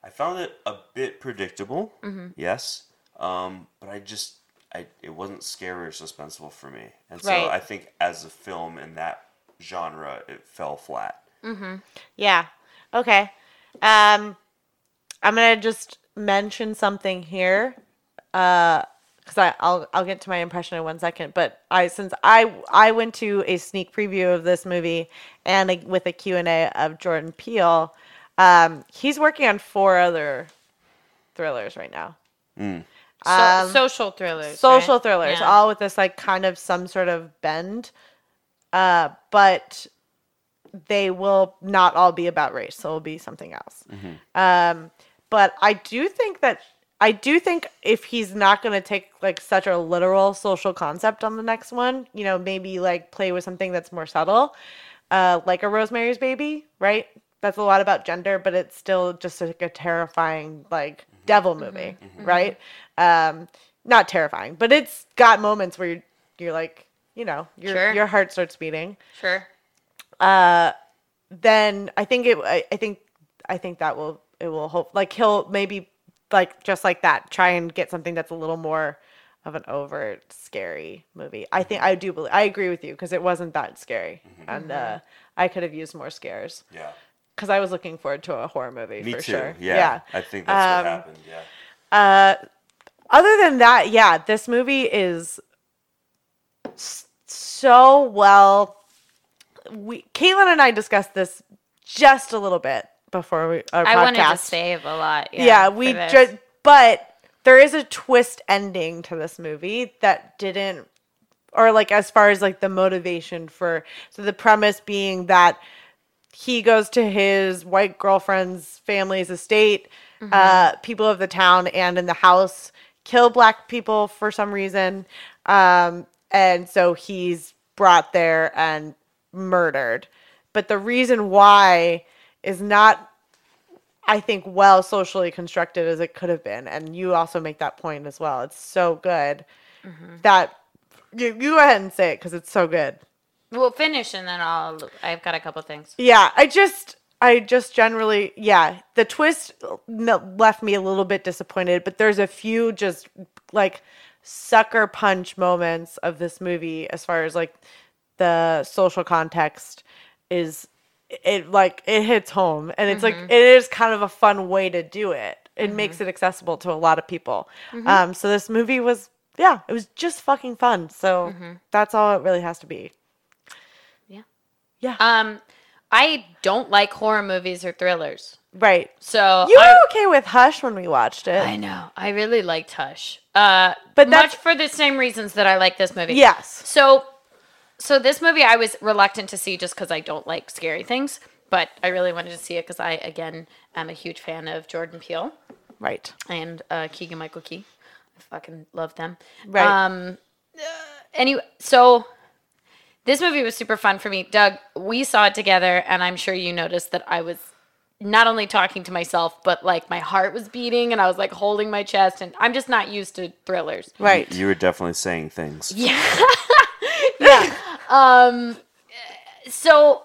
D: I found it a bit predictable. Yes, um, but I just I it wasn't scary or suspenseful for me, and so
C: Right.
D: I think as a film in that genre, it fell flat.
C: Yeah. Okay. Um, I'm gonna just mention something here, because I I'll I'll get to my impression in one second. But I since I I went to a sneak preview of this movie and a, with a Q and A of Jordan Peele. Um, he's working on four other thrillers right now.
B: So- social thrillers.
C: Um, social
B: right?
C: thrillers,
B: Yeah.
C: all with this like kind of some sort of bend. Uh, but they will not all be about race. So it'll be something else. Um, but I do think that I do think if he's not going to take like such a literal social concept on the next one, you know, maybe like play with something that's more subtle, uh, like a Rosemary's Baby, right? That's a lot about gender, but it's still just like a terrifying like devil movie, right? Um, not terrifying, but it's got moments where you're, you're like, you know, your
B: Sure.
C: your heart starts beating
B: Sure.
C: then I think it. I, I think I think that will it will hope like he'll maybe like just like that try and get something that's a little more of an overt scary movie. I think I do believe I agree with you because it wasn't that scary
D: Mm-hmm.
C: and
B: Mm-hmm.
C: uh, I could have used more scares
D: Yeah,
C: because I was looking forward to a horror movie
D: me
C: for
D: too.
C: sure.
D: Yeah. I think that's what happened. Yeah,
C: other than that, yeah, this movie is s- so well. We Caitlin and I discussed this just a little bit before we our
B: I
C: podcast.
B: wanted to save a lot. Yeah,
C: yeah,
B: for
C: we
B: this.
C: just but there is a twist ending to this movie that didn't or like as far as like the motivation for so the premise being that he goes to his white girlfriend's family's estate
B: Mm-hmm.
C: uh people of the town and in the house kill black people for some reason um and so he's brought there and murdered but the reason why is not I think well socially constructed as it could have been, and you also make that point as well. It's so good that you you go ahead and say it because it's so good.
B: we'll finish and then I'll. I've got a couple things.
C: Yeah, I just I just generally yeah the twist n- left me a little bit disappointed, but there's a few just like sucker punch moments of this movie as far as like the social context is it like it hits home and it's like it is kind of a fun way to do it it makes it accessible to a lot of people um so this movie was yeah it was just fucking fun so that's all it really has to be
B: Um, I don't like horror movies or thrillers.
C: right
B: So
C: you
B: I,
C: were okay with hush when we watched it
B: I know. I really liked Hush. Uh,
C: But
B: but
C: that's-
B: much for the same reasons that I like this movie.
C: Yes.
B: So, so this movie I was reluctant to see just because I don't like scary things, but I really wanted to see it because I again am a huge fan of Jordan Peele
C: Right.
B: and uh, Keegan Michael Key. I fucking love them.
C: Right.
B: Um. uh, Anyway, so this movie was super fun for me, Doug. We saw it together, and I'm sure you noticed that I was not only talking to myself, but like my heart was beating, and I was like holding my chest, and I'm just not used to thrillers.
C: right.
D: you were definitely saying things. Yeah,
C: yeah.
B: So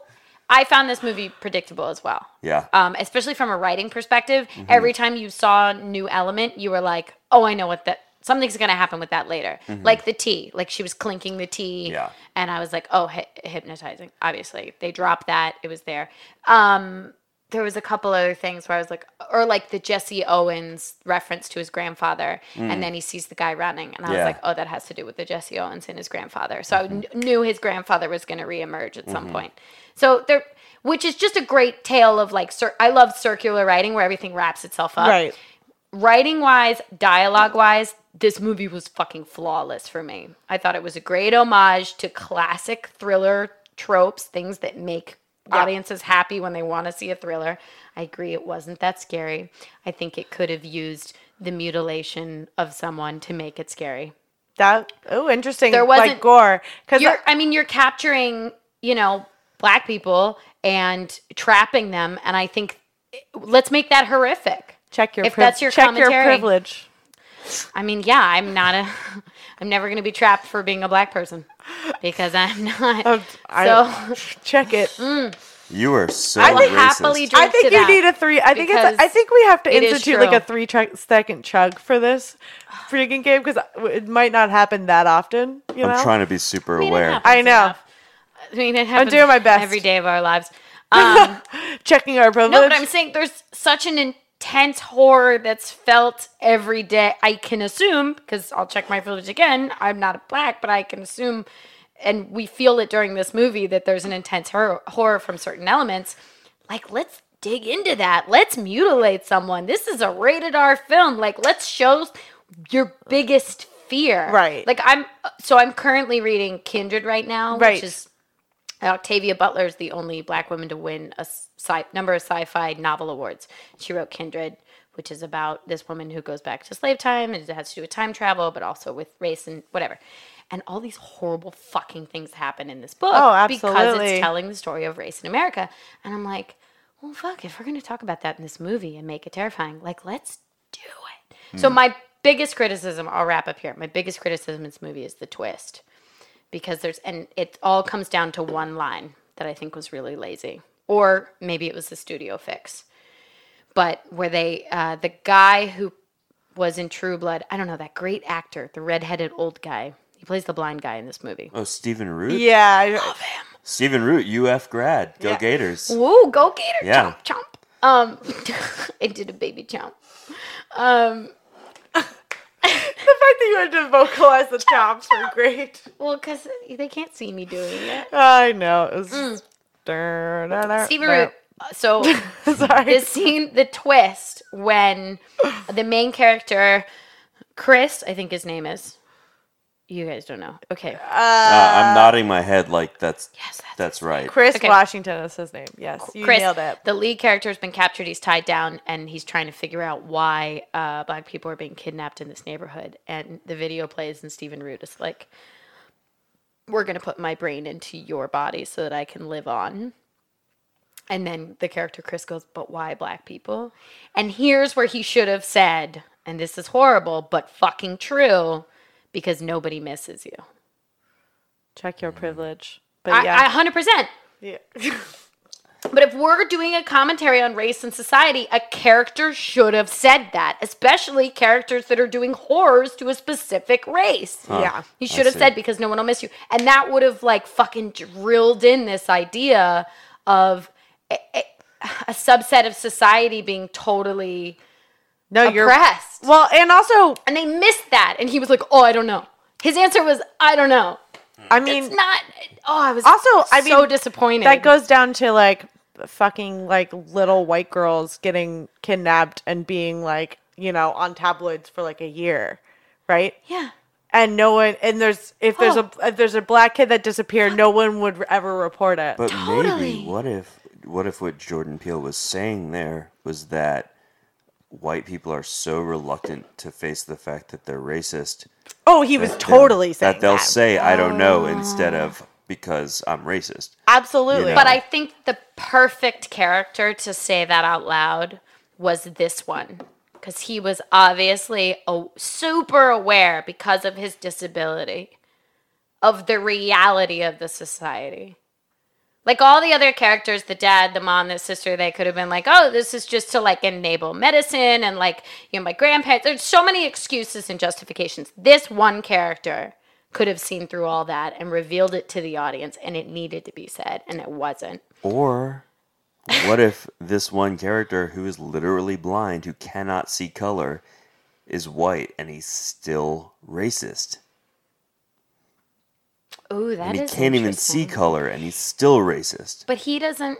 B: I found this movie predictable as well.
D: yeah. Mm-hmm.
B: Um, especially from a writing perspective, every time you saw a new element, you were like, "Oh, I know what that something's going to happen with that later." Like the tea, like she was clinking the tea,
D: Mm-hmm. Yeah.
B: and I was like, "Oh, hy- hypnotizing." Obviously, they dropped that; it was there. Um, there was a couple other things where I was like, or like the Jesse Owens reference to his grandfather, and then he sees the guy running, and I
D: Mm. Yeah.
B: was like, "Oh, that has to do with the Jesse Owens and his grandfather." So I kn- knew his grandfather was going to reemerge at some point. So there, which is just a great tale of like, cir- I love circular writing where everything wraps itself up
C: Right.
B: writing wise, dialogue wise, this movie was fucking flawless for me. I thought it was a great homage to classic thriller tropes, things that make audiences happy when they want to see a thriller. I agree, it wasn't that scary. I think it could have used the mutilation of someone to make it scary.
C: That oh, interesting.
B: There
C: like
B: wasn't-
C: gore because
B: You're, I mean, you're capturing, you know, black people and trapping them, and I think let's make that horrific.
C: check your
B: if that's your
C: check your
B: commentary.
C: privilege.
B: I mean, yeah, I'm not a, <laughs> I'm never gonna be trapped for being a black person because I'm not.
C: Oh, I-
B: so <laughs>
C: <laughs>
B: Mm,
C: check it.
D: You are so
B: I will
D: racist.
B: happily drink
C: I think
B: to
C: you
B: that.
C: need a three. I think it's. I
B: because
C: think we have to
B: it is
C: institute like a
B: true.
C: three tru- second chug for this freaking game because it might not happen that often. You know.
D: I'm trying to be super aware.
C: I know.
B: enough. I mean, it happens
C: doing my best.
B: every day of our lives. Um,
C: Checking our privilege.
B: no, but I'm saying there's such an intense horror that's felt every day. I can assume because I'll check my privilege again. I'm not a black, but I can assume, and we feel it during this movie that there's an intense horror, horror from certain elements. Like, let's dig into that. Let's mutilate someone. This is a rated R film. Like, let's show your biggest fear.
C: Right.
B: Like, I'm so I'm currently reading Kindred right now,
C: Right.
B: which is Octavia Butler is the only black woman to win a sci- number of sci-fi novel awards. She wrote Kindred, which is about this woman who goes back to slave time and it has to do with time travel, but also with race and whatever. And all these horrible fucking things happen in this book
C: Oh,
B: because
C: absolutely.
B: it's telling the story of race in America. And I'm like, well, fuck, if we're going to talk about that in this movie and make it terrifying, like, let's do it.
C: Hmm.
B: So, my biggest criticism, I'll wrap up here. My biggest criticism in this movie is the twist because there's and it all comes down to one line that I think was really lazy, or maybe it was the studio fix. But where they, uh, the guy who was in True Blood, I don't know that great actor, the redheaded old guy, he plays the blind guy in this movie.
D: Oh, Stephen Root.
C: yeah. I-
D: Stephen Root, UF grad. Go Gators.
B: Woo, go Gator!
D: Yeah.
B: Chomp, chomp. Um, <laughs> it did a baby chomp. Um,
C: The fact that you had to vocalize the chops were great.
B: well, because they can't see me doing
D: <laughs>
B: it.
C: I know. It was.
B: Mm.
C: Dur- da- da-
B: Stephen
C: da.
B: <laughs> Root.
D: <laughs>
B: So
C: Sorry. <laughs>
B: this scene, the twist when the main character, Chris, I think his name is. You guys don't know. Okay.
D: Uh, I'm nodding my head like that's
B: Yes, that's
D: that's right.
C: Chris
B: okay.
C: Washington is his name. Yes, you
B: Chris,
C: nailed it.
B: the lead character has been captured. He's tied down, and he's trying to figure out why uh, black people are being kidnapped in this neighborhood. And the video plays, and Stephen Root is like, "We're gonna put my brain into your body so that I can live on." And then the character Chris goes, "But why black people?" And here's where he should have said, "And this is horrible, but fucking true, because nobody misses you."
C: Check
D: Mm.
C: your privilege.
B: I
C: But
B: I
C: yeah,
B: hundred percent. <laughs>
C: yeah.
B: But if we're doing a commentary on race and society, a character should have said that, especially characters that are doing horrors to a specific race.
D: Uh.
C: Yeah.
B: You should have said because no one will miss you. And that would have like fucking drilled in this idea of a, a, a subset of society being totally
C: no, you're
B: oppressed.
C: well, and also,
B: and they missed that. And he was like, oh, I don't know. His answer was, I don't know.
C: I mean,
B: It's not, oh, I was
C: Mm. Also, I
B: so
C: mean,
B: disappointed.
C: that goes down to like fucking like little white girls getting kidnapped and being like you know on tabloids for like a year right
B: yeah.
C: and no one and there's if there's
B: Oh.
C: a if there's a black kid that disappeared no one would ever report it
D: But maybe what if what if what Jordan Peele was saying there was that white people are so reluctant to face the fact that they're racist
C: oh he was
D: that they'll-
C: totally saying
D: that they'll say I don't know instead of because I'm racist.
C: absolutely
D: you
B: But
D: know.
B: I think the perfect character to say that out loud was this one because he was obviously a, super aware because of his disability of the reality of the society. Like all the other characters, the dad, the mom, the sister, they could have been like, oh, this is just to like enable medicine and like, you know, my grandparents. There's so many excuses and justifications. This one character could have seen through all that and revealed it to the audience and it needed to be said and it wasn't.
D: Or what if this one character who is literally blind, who cannot see color, is white and he's still racist?
B: Ooh, that
D: And he
B: is
D: can't even see
B: interesting.
D: color and he's still racist.
B: But he doesn't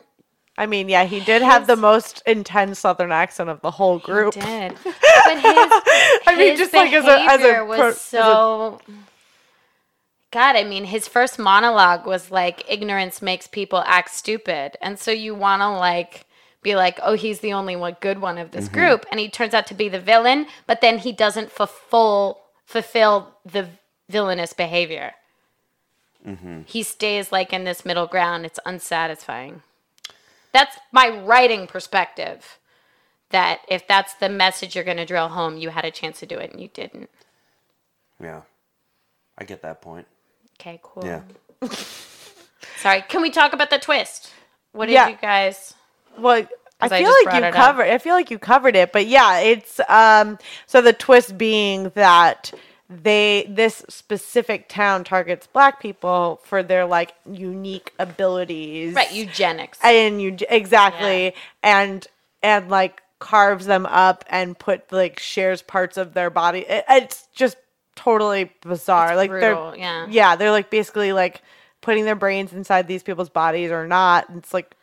C: i mean yeah he did have the most intense southern accent of the whole group
B: did.
D: <laughs>
B: But his
C: <laughs> i mean
B: his
C: just like as a as a
B: behavior
C: pro-
B: was
C: as a-
B: so. God, I mean, his first monologue was like, "Ignorance makes people act stupid," and so you want to like be like, "Oh, he's the only one good one of this
C: Mm-hmm.
B: group," and he turns out to be the villain, but then he doesn't fulfill fulfill the villainous behavior.
C: Mm-hmm.
B: He stays like in this middle ground. It's unsatisfying. That's my writing perspective. That if that's the message you're going to drill home, you had a chance to do it and you didn't.
D: Yeah. I get that point.
B: Okay, cool.
D: Yeah.
B: Sorry. Can we talk about the twist? What did
C: Yeah.
B: you guys?
C: Well, I
B: 'Cause I
C: feel
B: just
C: like you
B: brought it up.
C: covered. I feel like you covered it, but yeah, it's um. So the twist being that they this specific town targets black people for their like unique abilities,
B: Right, eugenics.
C: and you exactly and and like carves them up and put like shares parts of their body. It, it's just totally bizarre. like
B: brutal,
C: they're
B: yeah.
C: yeah, they're like basically like putting their brains inside these people's bodies or not. It's like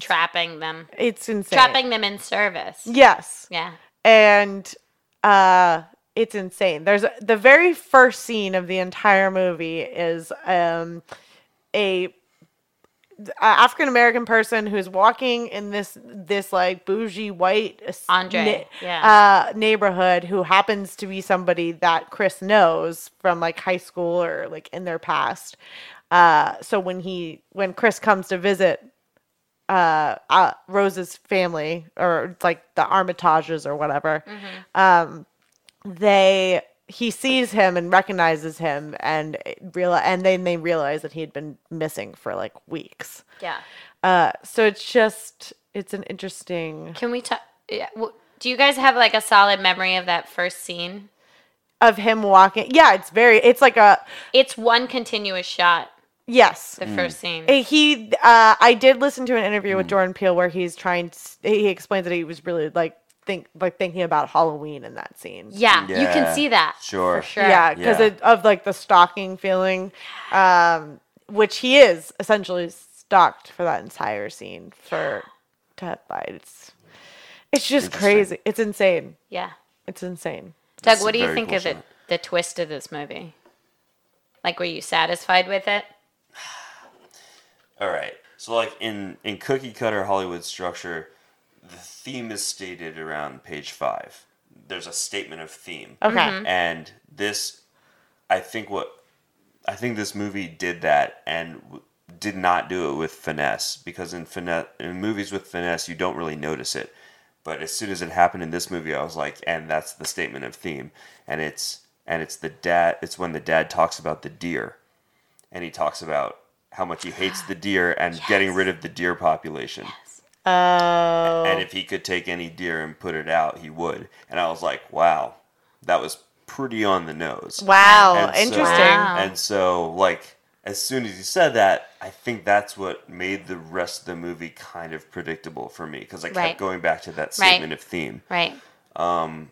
B: trapping them,
C: it's insane.
B: trapping them in service.
C: Yes.
B: Yeah.
C: And uh it's insane. There's the very first scene of the entire movie is um a African American person who's walking in this this like bougie white s-
B: Andre,
C: ne-
B: yeah.
C: uh, neighborhood who happens to be somebody that Chris knows from like high school or like in their past. Uh, so when he when Chris comes to visit uh, uh Rose's family or like the Armitages or whatever, um, they he sees him and recognizes him and real and then they realize that he had been missing for like weeks.
B: Yeah.
C: Uh, so it's just it's an interesting
B: Can we talk? Yeah. Well, do you guys have like a solid memory of that first scene?
C: of him walking. Yeah, it's very it's like a
B: It's one continuous shot.
C: yes.
B: The
D: Mm.
B: Hmm. first scene.
C: Uh, He uh, I did listen to an interview with Jordan Peele where he's trying to, he explained that he was really like think like thinking about Halloween in that scene.
B: yeah, you can
D: Yeah,
B: see that.
D: sure.
B: For sure.
C: Yeah, because
D: Yeah.
C: of like the stalking feeling, um, which he is essentially stalked for that entire scene for to have lied. It's it's just crazy. It's insane.
B: Yeah.
C: It's insane.
B: Doug,
D: It's
B: what
D: a
B: do you
D: very
B: think
D: cool
B: of it,
D: shot.
B: the twist of this movie? Like, were you satisfied with it?
D: All right. So like in in cookie cutter Hollywood structure, the theme is stated around page 5. There's a statement of theme.
C: Okay.
D: and this i think what i think this movie did that and w- did not do it with finesse because in finesse in movies with finesse you don't really notice it but as soon as it happened in this movie i was like and that's the statement of theme and it's and it's the dad it's when the dad talks about the deer and he talks about how much he hates
C: <gasps>
D: the deer and getting rid of the deer population
C: Oh,
D: and if he could take any deer and put it out, he would. And I was like, wow, that was pretty on the nose.
C: wow,
D: And so-
C: interesting.
D: And so, like, as soon as he said that, I think that's what made the rest of the movie kind of predictable for me because I kept
B: Right.
D: going back to that
B: Right.
D: statement of theme.
B: Right. Um,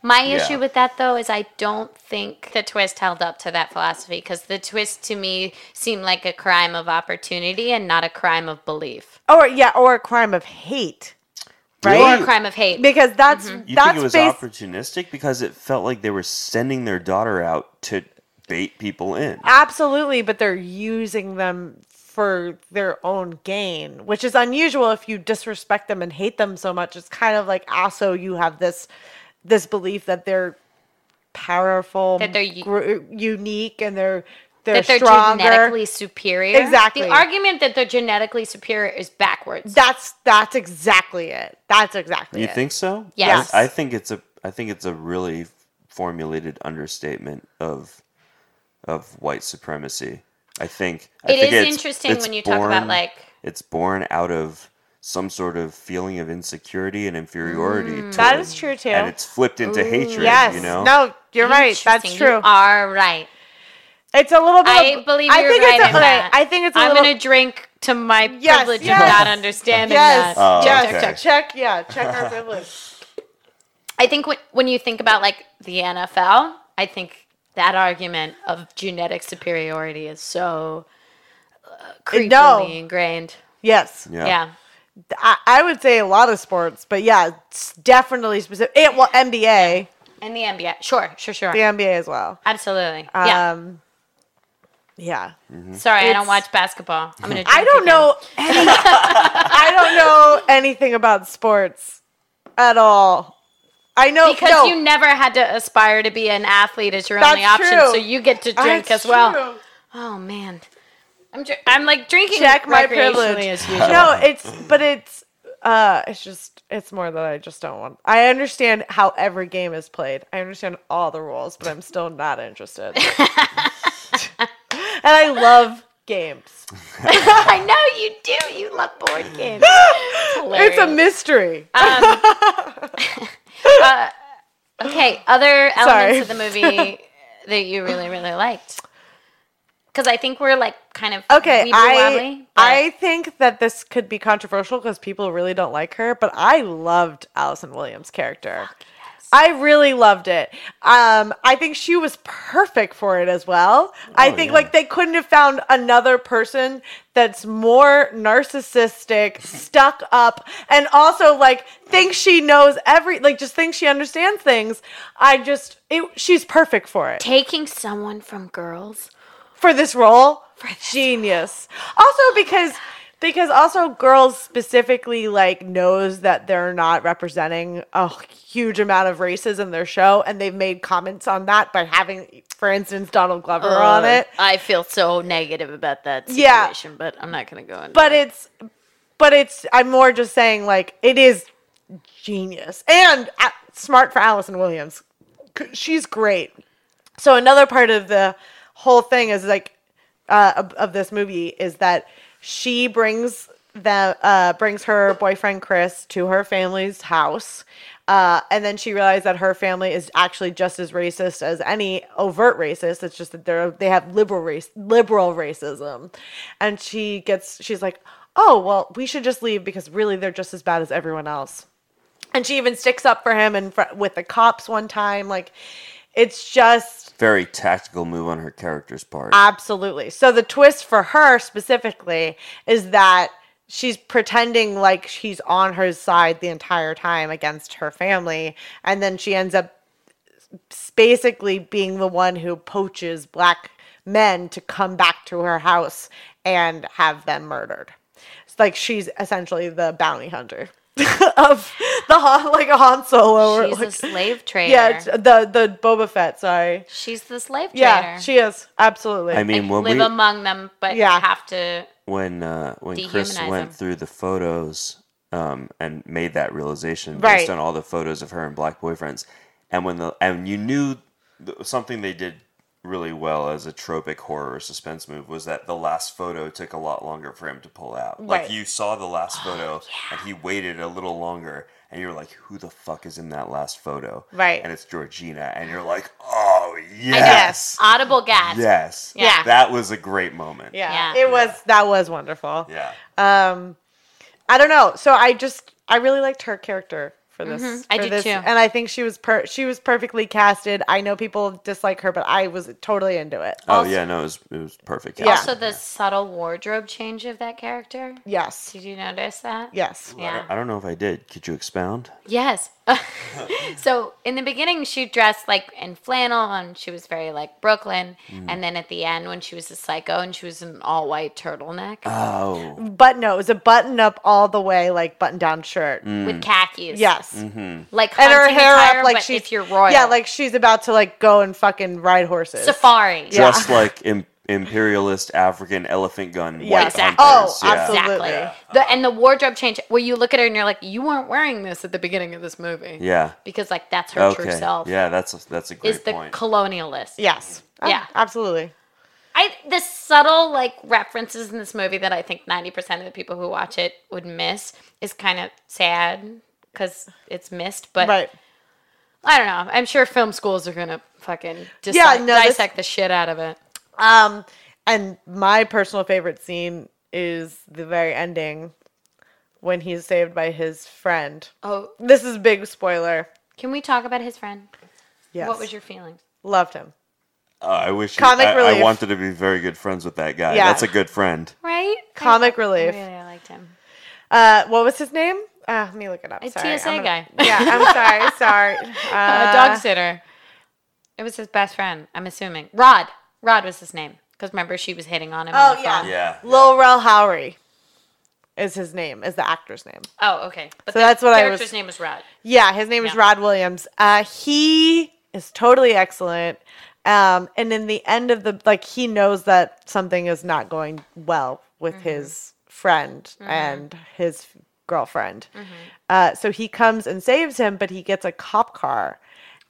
B: My
D: yeah.
B: issue with that though is I don't think the twist held up to that philosophy because the twist to me seemed like a crime of opportunity and not a crime of belief
C: Or yeah, or a crime of hate,
B: or
C: right?
B: a crime of hate.
C: Because that's
D: Mm-hmm. You
C: that's
D: think it was
C: based.
D: opportunistic because it felt like they were sending their daughter out to bait people in.
C: Absolutely, but they're using them for their own gain, which is unusual if you disrespect them and hate them so much. It's kind of like also you have this this belief that they're powerful,
B: That they're u-
C: gr- unique, and they're they're,
B: that they're
C: stronger.
B: genetically superior.
C: Exactly.
B: The argument that they're genetically superior is backwards.
C: that's that's exactly it. That's exactly
D: You
C: it.
D: think so? I-
B: Yes.
D: I, think it's a I think it's a really formulated understatement of of white supremacy. I think I
B: It is
D: think it's-
B: interesting
D: it's
B: when you talk about,
D: born-
B: like-
D: it's born out of some sort of feeling of insecurity and inferiority.
B: Mm.
D: towards-
C: that is true too.
D: And it's flipped into hatred.
C: yes,
D: You know.
C: no, you're right. That's
B: Interesting.
C: true.
B: You are right.
C: It's a little bit.
B: I
C: of-
B: believe
C: I
B: you're
C: think
B: right
C: it's a,
B: in that.
C: I think it's. a
B: I'm
C: little,
B: gonna drink to my
C: Yes,
B: privilege
C: yes.
B: of not understanding
C: Yes.
B: that.
D: Oh,
C: yes.
D: okay.
C: Check, check. Yeah. Check our
D: <laughs>
C: privilege.
B: I think when when you think about like the NFL, I think that argument of genetic superiority is so uh, creepily
C: No.
B: ingrained.
C: Yes.
D: Yeah.
B: Yeah.
C: I, I would say a lot of sports, but yeah, it's definitely specific. It, well, NBA,
B: And the NBA. Sure, sure, sure.
C: the NBA as well.
B: Absolutely. Yeah.
C: Um, yeah.
B: Sorry, I
C: it's-
B: don't watch basketball.
C: <laughs>
B: I'm gonna.
C: I
B: drink
C: don't
B: again.
C: know. Any, I don't know anything about sports at all.
A: I know
B: Because
A: no,
B: you never had to aspire to be an athlete as your only
A: That's
B: option,
A: true.
B: so you get to drink
A: That's
B: as well.
A: true.
B: Oh man, I'm dr- I'm like drinking.
C: Check my
B: recreationally
C: privilege.
B: as usual.
C: No, it's but it's uh it's just it's more that I just don't want. I understand how every game is played. I understand all the rules, but I'm still not
B: <laughs>
C: interested. and I love games.
B: <laughs> I know you do. You love board games.
C: <laughs> It's a mystery.
B: okay. Other
C: Sorry.
B: elements of
C: <laughs>
B: the movie that you really really liked. Because I think we're like kind of
C: Okay,
B: weebly wobbly,
C: I
B: but
C: I think that this could be controversial because people really don't like her, but I loved Allison Williams' character. I really loved it. Um, I think she was perfect for it as well. I think
D: yeah.
C: like they couldn't have found another person that's more <laughs> narcissistic, stuck up, and also like thinks she knows every like just thinks she understands things. I just it, she's perfect for it
B: taking someone from girls.
C: for this role. Genius. Also because because also girls specifically like knows that they're not representing a huge amount of races in their show and they've made comments on that by having for instance Donald Glover on it.
B: Oh, I feel so negative about that
C: Yeah.
B: situation, but I'm not gonna go into.
C: But it's but it's I'm more just saying like it is genius and uh, smart for Allison Williams. C- She's great. So another part of the whole thing is like uh, of, of this movie is that she brings the uh, brings her boyfriend Chris to her family's house, uh, and then she realized that her family is actually just as racist as any overt racist. It's just that they're they have liberal race liberal racism, and she gets she's like, oh well, we should just leave because really they're just as bad as everyone else and she even sticks up for him and fr- with the cops one time like it's just
D: Very tactical move on her character's part.
C: absolutely so the twist for her specifically is that she's pretending like she's on her side the entire time against her family and then she ends up s- basically being the one who poaches black men to come back to her house and have them murdered it's like she's essentially the bounty hunter <laughs> of the Han, like a Han Solo or
B: She's
C: like, <laughs>
B: a slave trader.
C: Yeah, it's- the the Boba Fett. Sorry.
B: she's the slave trader.
C: Yeah, she is absolutely.
D: I mean, when
B: live
D: we
B: among them, but
C: Yeah.
B: have to.
D: when uh, when Chris
B: Dehumanize
D: went
B: him.
D: through the photos um, and made that realization
C: Right.
D: based on all the photos of her and black boyfriends, and when the and you knew th- something they did really well as a tropic horror suspense move was that the last photo took a lot longer for him to pull out.
C: Right. Oh,
D: Like you saw the last photo and he waited a little longer. And you're like, who the fuck is in that last photo?
C: Right.
D: And it's Georgina. And you're like, oh,
C: Yes.
D: yes.
B: Audible gasp.
D: Yes.
B: Yeah.
D: That was a great moment.
C: yeah,
B: Yeah.
C: it was that was wonderful.
D: Yeah.
C: Um, I don't know. So I just I really liked her character for this.
B: Mm-hmm. I
C: for
B: did
C: this,
B: too.
C: And I think she was per- she was perfectly casted. I know people dislike her, but I was totally into it. Um,
D: Oh
B: Also-
D: yeah, no, it was it was perfect.
C: Yeah.
B: Also, the subtle wardrobe change of that character.
C: Yes.
B: Did you notice that?
C: Yes.
D: I don't- I don't know if I did. Could you expound?
B: Yes. <laughs> so in the beginning, she dressed like in flannel, and she was very like Brooklyn.
D: Mm.
B: And then at the end, when she was a psycho, and she was an all white turtleneck
D: Oh,
C: But no, it was a button up all the way, like button down shirt.
D: Mm.
B: with khakis.
C: Yes.
B: Mm-hmm. Like
C: And her hair
B: attire,
C: up like
B: but
C: she's
B: if you're royal.
C: Yeah, like she's about to like go and fucking ride horses.
B: safari.
D: just like im- imperialist African elephant gun.
C: Yeah.
D: white
B: Exactly.
D: hunters.
C: Oh,
D: Yeah.
C: absolutely.
B: Exactly. The, and the wardrobe change, where you look at her and you're like, you weren't wearing this at the beginning of this movie.
D: Yeah.
B: Because, like, that's her
D: Okay.
B: true self.
D: Yeah, that's a, that's a great
B: Is the
D: point.
B: colonialist.
C: Yes. Oh,
B: Yeah.
C: absolutely.
B: I the subtle like references in this movie that I think 90% of the people who watch it would miss is kind of sad cuz it's missed, but
C: Right.
B: I don't know. I'm sure film schools are going to fucking dis-
C: Yeah, no, this-
B: dissect the shit out of it.
C: Um, and my personal favorite scene is the very ending when he's saved by his friend.
B: Oh,
C: This is big spoiler.
B: can we talk about his friend?
C: Yes.
B: What was your feelings?
C: loved him?
D: Uh, I wish he-
C: Comic
D: I, I
C: relief.
D: wanted to be very good friends with that guy.
C: Yeah.
D: That's a good friend.
B: Right?
C: Comic
B: I
C: relief.
B: really liked him.
C: Uh, what was his name? Uh, let me look it up.
B: It's
C: sorry.
B: TSA
C: I'm Uh, gonna- <laughs>
B: guy.
C: Yeah,
B: <laughs>
C: I'm sorry. Sorry. Uh,
B: a dog sitter. It was his best friend, I'm assuming. Rod. Rod was his name cuz remember she was hitting on him
C: Oh
B: on the
C: yeah.
B: phone.
D: Yeah.
C: Lil Rel Howery is his name, is the actor's name.
B: Oh, okay. But
C: So
B: the
C: that's what I was-
B: character's name was Rod.
C: Yeah, his name is Rod Williams. Uh, he is totally excellent. Um, and in the end of the like, he knows that something is not going well with his friend and his f- girlfriend. Uh, so he comes and saves him, but he gets a cop car.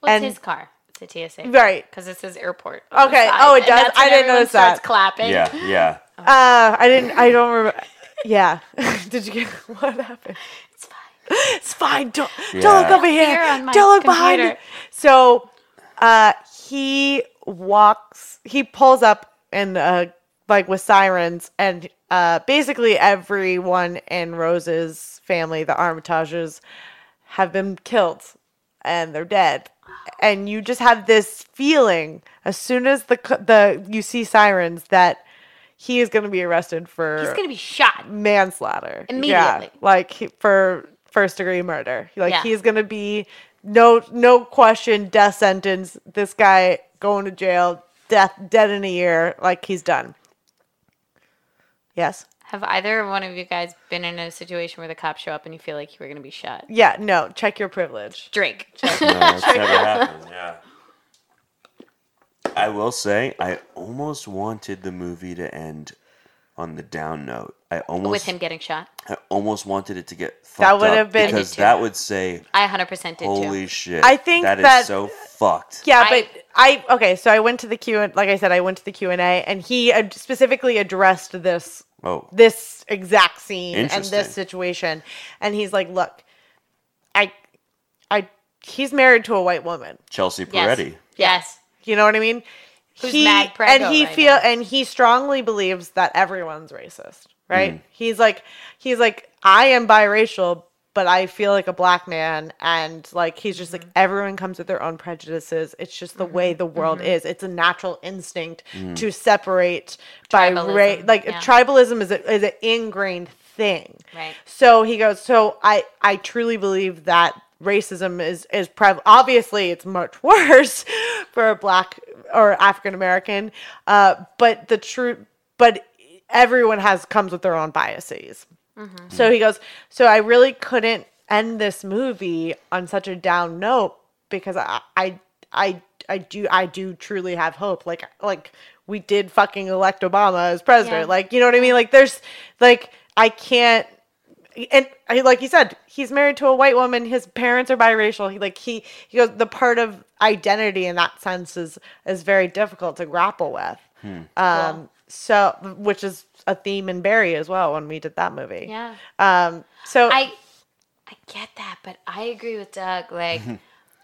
B: What's
C: And-
B: his car? It's a TSA.
C: Right.
B: Because it says airport.
C: Okay. Oh, it does. I didn't notice
B: starts
C: that.
B: clapping.
D: Yeah,
B: <laughs>
D: yeah.
C: Uh, I didn't. I don't remember. Yeah. <laughs> Did you get what happened? It's fine. It's fine. Don't don't look
D: Yeah.
C: over here.
B: Here on my
C: Don't look behind you.
B: computer.
C: So, uh, he walks. He pulls up and uh, like with sirens, and uh, basically everyone in Rose's family, the Armitages, have been killed and they're dead and you just have this feeling as soon as the c- the you see sirens that he is going to be arrested for
B: He's gonna be shot.
C: manslaughter
B: Immediately.
C: like he- for first degree murder like
B: Yeah.
C: he's going to be no no question death sentence this guy going to jail death dead in a year like he's done yes
B: Have either one of you guys been in a situation where the cops show up and you feel like you were gonna be shot?
C: yeah no check your privilege
B: Drake.
D: No, that's never happened. Yeah. I will say, I almost wanted the movie to end on the down note. I almost
B: With him getting shot.
D: I almost wanted it to get fucked
C: That would
D: up
C: have been- I did
D: because
B: too.
D: that would say,
B: I 100% did too.
D: "Holy shit!"
C: I think
D: that
C: that-
D: is so fucked.
C: Yeah,
B: I-
C: but I okay. So I went to the Q and like I said, I went to the Q and A, and he ad- specifically addressed this
D: Oh,
C: this exact scene and
D: Interesting.
C: this situation, and he's like, "Look, I, I, he's married to a white woman.
D: Chelsea
B: Yes.
D: Peretti.
B: Yes.
C: You know what I mean?
B: Who's mad preggo
C: and he
B: right
C: feel
B: now.
C: and he strongly believes that everyone's racist, right? He's like, he's like, I am biracial." But I feel like a black man, and like he's just
B: Mm-hmm.
C: like everyone comes with their own prejudices. It's just the way the world
B: Mm-hmm.
C: is. It's a natural instinct to separate by race.
B: Tribalism,
C: Like
B: yeah.
C: tribalism is a, is an ingrained thing.
B: Right.
C: So he goes, so I I truly believe that racism is is prev- obviously it's much <laughs> worse for a black or African American, uh, but the true but everyone has comes with their own biases.
B: Mm-hmm.
C: So he goes, so I really couldn't end this movie on such a down note because I I I I do I do truly have hope. Like like we did fucking elect Obama as president.
B: Yeah.
C: Like you know what I mean? Like there's like I can't and I, like you said, he's married to a white woman. His parents are biracial. He like he he goes the part of identity in that sense is is very difficult to grapple with. Um, so which is a theme in Barry as well when we did that movie.
B: Yeah.
C: Um, so
B: I I get that, but I agree with Doug.
D: <laughs>
B: Like,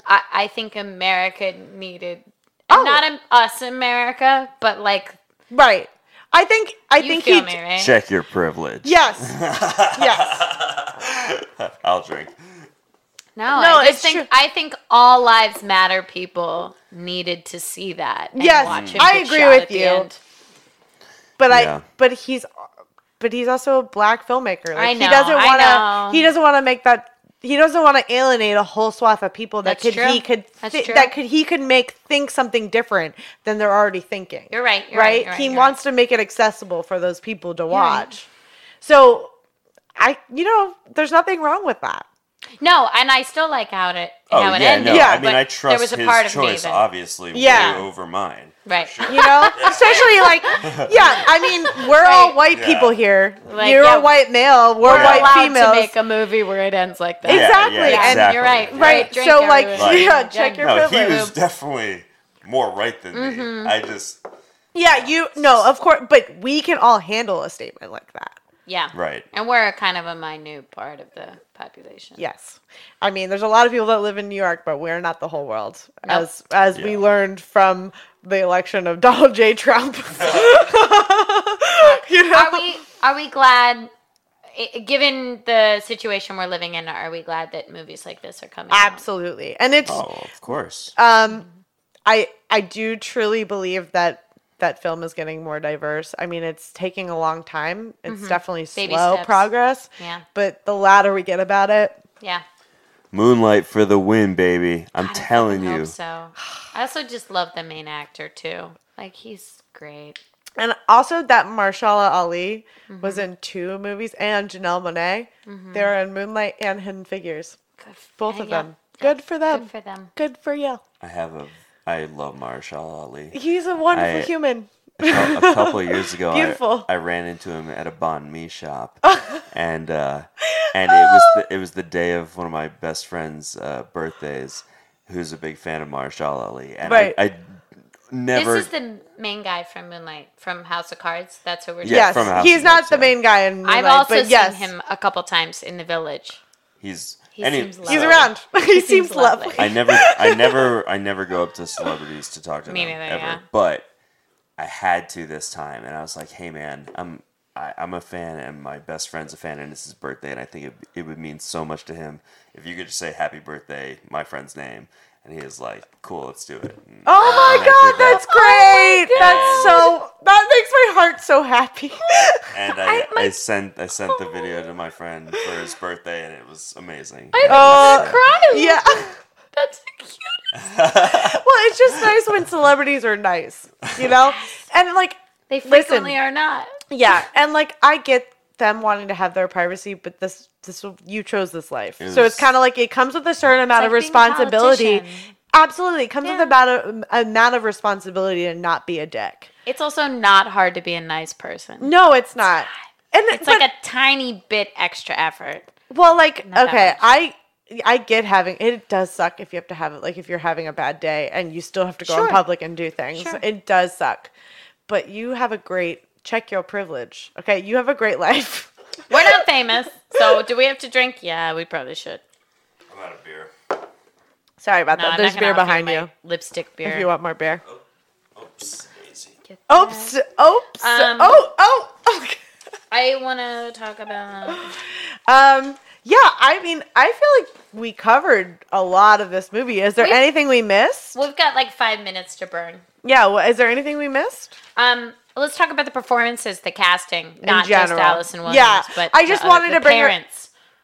B: I, I think America needed
C: Oh.
B: not um, us America, but like
C: right, I think I
B: you
C: think
B: feel
C: he
B: me, right?
D: Check your privilege.
C: yes yes
D: I'll drink.
B: No,
C: No,
B: I just
C: it's
B: think
C: true.
B: I think all lives matter. People needed to see that. and
C: Yes,
B: watch him
C: I
B: get
C: agree
B: shot
C: with
B: at the
C: you.
B: end.
C: but
D: Yeah.
C: I but he's but he's also a black filmmaker. Like,
B: I
C: he
B: know,
C: doesn't
B: I
C: want
B: know.
C: to. He doesn't want to make that. He doesn't want to alienate a whole swath of people that could
B: That's true.
C: he could
B: That's
C: thi-
B: true.
C: that could he could make think something different than they're already thinking.
B: You're right, you're right, you're right,
C: he
B: you're
C: wants to make it accessible for those people to watch. So, I you know, there's nothing wrong with that.
B: No, and I still like how it
D: Oh
B: how it
D: yeah,
B: ended.
D: no.
C: Yeah.
D: I mean,
B: but
D: I trust
B: there was a
D: his
B: part of me
D: choice,
B: that-
D: obviously,
C: Yeah.
D: way over mine.
B: right.
C: You
B: <laughs>
C: know, especially like, yeah. I mean, we're all white
D: Yeah.
C: people here.
B: Like,
C: You're
B: yeah,
C: a white male. We're,
B: We're
C: white
B: allowed
C: females.
B: to make a movie where it ends like that.
D: Yeah, yeah,
C: Exactly, and
B: And
D: exactly.
B: you're right.
D: Yeah.
C: Right,
B: Drink
C: so, like, <laughs>
B: everyone.
D: yeah,
C: check your
D: No, he
C: privilege.
D: was definitely more right than
B: Mm-hmm.
D: me. I just
C: Yeah, you no, of course, but we can all handle a statement like that.
B: Yeah.
D: Right.
B: And we're a kind of a minute part of the population.
C: Yes, I mean, there's a lot of people that live in New York, but we're not the whole world, as as we
D: Yeah.
C: learned from the election of <laughs> Donald J. Trump. you know,
B: Are we are we glad i- i- given the situation we're living in, are we glad that movies like this are coming? out?
C: absolutely, and it's
D: oh, of course.
B: Uh,
C: I I do truly believe that that film is getting more diverse. I mean, it's taking a long time. It's definitely
B: Mm-hmm. Baby
C: slow
B: steps.
C: progress.
B: Yeah.
C: but the louder we get about it,
B: Yeah.
D: Moonlight for the win, baby. I'm telling
B: I
D: you.
B: hope so. I also just love the main actor too. Like he's great.
C: And also that Marshala Ali was
B: Mm-hmm.
C: in two movies and Janelle Monet. They were in Moonlight and Hidden Figures. Both of them. Good for them.
B: Good for them.
C: Good for you.
D: I have a. I love Marshall Ali.
C: He's a wonderful
D: I-
C: human.
D: A cou- a couple of years ago,
C: Beautiful.
D: I, I ran into him at a banh
C: <laughs>
D: mi shop, and uh, and it was the, it was the day of one of my best friends' uh, birthdays, who's a big fan of Marshall Ali, and
C: Right.
D: I, I never
B: This is the main guy from Moonlight, from House of Cards. That's who we're.
D: Yeah,
C: Yes.
D: from House
C: He's
D: of
C: not
D: Cards,
C: the
D: yeah.
C: main guy in Moonlight,
B: I've also
C: but
B: seen
C: yes.
B: him a couple times in the village.
D: he's
B: He
D: any-
B: seems lovely.
C: He's around. <laughs> he, seems,
B: seems
C: lovely.
B: lovely.
D: I never, I never, I never go up to celebrities to talk to
B: Me
D: them
B: neither,
D: ever.
B: yeah.
D: But I had to this time, and I was like, "Hey, man, I'm, I, I'm a fan, and my best friend's a fan, and it's his birthday, and I think it, it would mean so much to him if you could just say happy birthday, my friend's name." And he was like, "Cool, let's do it." And
C: Oh
D: I Oh
C: my
D: did
C: god,
D: that.
C: that's great. That's so that makes my heart so happy. <laughs>
D: And I, I, sent, I sent the video to my friend
C: <laughs>
D: for his birthday, and it was amazing. I
C: Uh,
B: Cry.
D: <laughs>
C: yeah.
B: That's cute.
C: Well, it's just nice when celebrities are nice, you know? And like
B: They
C: Listen.
B: frequently are not.
C: Yeah, and like I get them wanting to have their privacy, but this this you chose this life,
D: It
C: so it's
D: was-
C: kind of like it comes with a certain amount of
B: like being a
C: responsibility.
B: politician.
C: Absolutely, it comes with about a amount of responsibility to not be a dick.
B: It's also not hard to be a nice person.
C: No, it's not. And
B: It's like a tiny bit extra effort.
C: well, like
B: that
C: okay,
B: much.
C: I. I get having it does suck if you have to have it like if you're having a bad day and you still have to go in
B: Sure.
C: public and do things.
B: Sure.
C: It does suck. But you have a great check your privilege. Okay, you have a great <laughs> life.
B: We're
C: <laughs>
B: not famous, so do we have to drink? Yeah, we probably should.
D: am out of beer.
C: Sorry about
B: No,
C: that.
B: I'm
C: There's
B: not gonna
C: beer
B: offer
C: behind
B: my
C: you.
B: Lipstick beer.
C: If you want more beer.
D: Oops, easy.
C: Oops. Oops.
B: Um,
C: oh, oh. okay.
B: I want to talk about.
C: Um, yeah, I mean, I feel like we covered a lot of this movie. Is there
B: We-
C: anything we missed?
B: We've got like five minutes to burn.
C: Yeah, well, is there anything we missed?
B: Um, let's talk about the performances, the casting, not just
C: general.
B: Allison Williams,
C: Yeah,
B: but
C: I
B: the
C: just
B: other-
C: wanted
B: the
C: to bring her-
B: parents.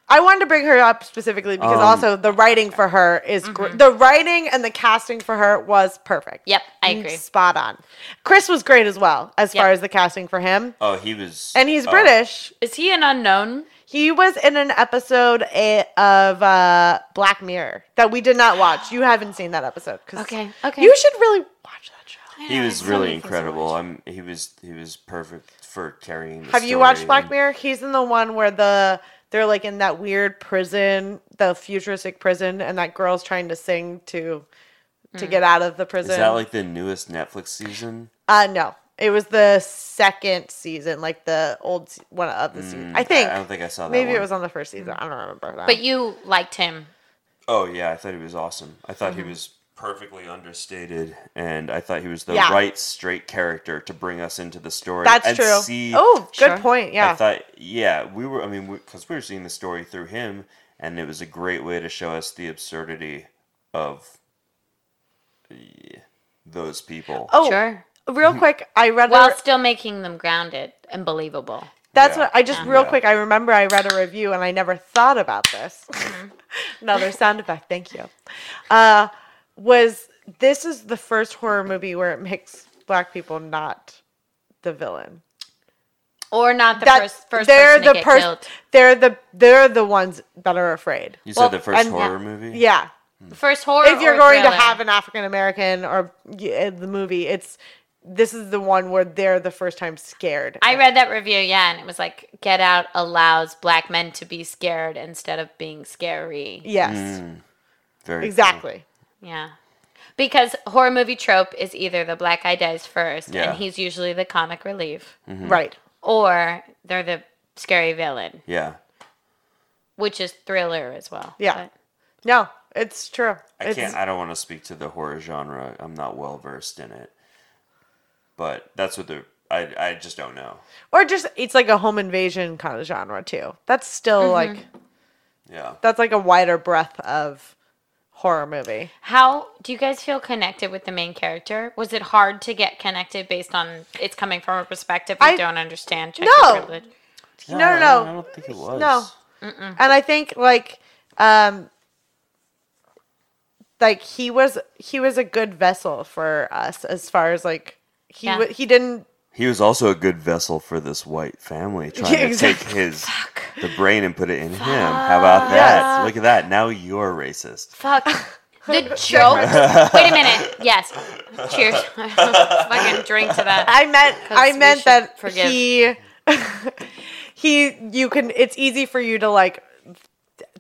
C: I wanted to bring her up specifically because
D: Um,
C: also the writing for her is gr- the writing and the casting for her was perfect. Mm,
B: Yep, I agree.
C: Spot on. Chris was great as well as far
B: Yep.
C: as the casting for him.
D: Oh, he was,
C: And he's
D: oh,
C: British,
B: Is he an unknown?
C: He was in an episode eh, of uh, Black Mirror that we did not watch. You haven't seen that episode. 'cause
B: Okay, okay.
C: You should really watch that show.
D: He was really incredible. I'm, he was, he was perfect for carrying. The
C: Have you
D: story
C: watched Black
D: and-
C: Mirror? He's in the one where the they're like in that weird prison, the futuristic prison, and that girl's trying to sing to
B: Hmm.
C: to get out of the prison.
D: Is that like the newest Netflix season?
C: uh no. It was the second season, like the old se- one of the season. I think.
D: Hmm, I don't think I saw that.
C: Maybe it
D: one. Hmm.
C: was on the first season. I don't remember that.
B: But you liked him.
D: Oh yeah, I thought he was awesome. I thought
C: Mm-hmm.
D: he was perfectly understated, and I thought he was the
C: Yeah.
D: right straight character to bring us into the story.
C: That's
D: and
C: true.
D: See,
C: oh, good
B: Sure.
C: point.
D: I
C: Yeah.
D: thought yeah, we were. I mean, because we, were seeing the story through him, and it was a great way to show us the absurdity of eh, those people.
C: Oh,
B: Sure.
D: Mm-hmm.
C: real quick, I read a-
B: While still making them grounded and believable.
C: That's
D: Yeah.
C: what I just real
D: Yeah.
C: quick. I remember I read a review and I never thought about this.
B: Mm-hmm.
C: <laughs> Another sound effect. Thank you. Uh, was this is the first horror movie where it makes black people not the villain?
B: Or not the
C: That-
B: first, first person to get
C: pers-
B: killed.
C: They're the they're the ones that are afraid.
D: you
B: well,
D: said the first
C: and-
D: horror movie.
C: Yeah.
B: The first horror.
C: If you're
B: or
C: going to
B: thriller.
C: have an African American or yeah, the movie, it's this is the one where they're the first time scared.
B: I read that review, yeah, and it was like, "Get Out allows black men to be scared instead of being scary."
C: yes,
D: Mm, Very cool.
C: exactly.
B: Yeah. Because horror movie trope is either the black guy dies first
D: Yeah.
B: and he's usually the comic relief,
C: Right.
B: or they're the scary villain,
D: Yeah.
B: which is thriller as well.
C: Yeah. No, it's true.
D: I
C: it's,
D: can't. I don't want to speak to the horror genre. I'm not well versed in it. But that's what the I I just don't know.
C: or just it's like a home invasion kind of genre too. That's still like
D: Yeah.
C: that's like a wider breadth of horror movie.
B: How do you guys feel connected with the main character? Was it hard to get connected based on it's coming from a perspective you
C: I-
B: don't understand? Check
C: No.
B: your privilege.
D: No,
C: no,
D: I don't-
C: no.
D: I don't think it was.
C: No. And I think like um like he was he was a good vessel for us as far as like he
B: Yeah.
C: wa he didn't
D: He was also a good vessel for this
C: <laughs>
D: white family trying to take his the brain and put it in him. How about that? Look at that. Now you're racist.
B: Fuck.
C: <laughs>
B: The joke. Wait a minute. Yes. Cheers. <laughs> Fucking drink to that.
C: I meant I
B: we
C: meant
B: should
C: that
B: forgive.
C: he <laughs> he you can it's easy for you to like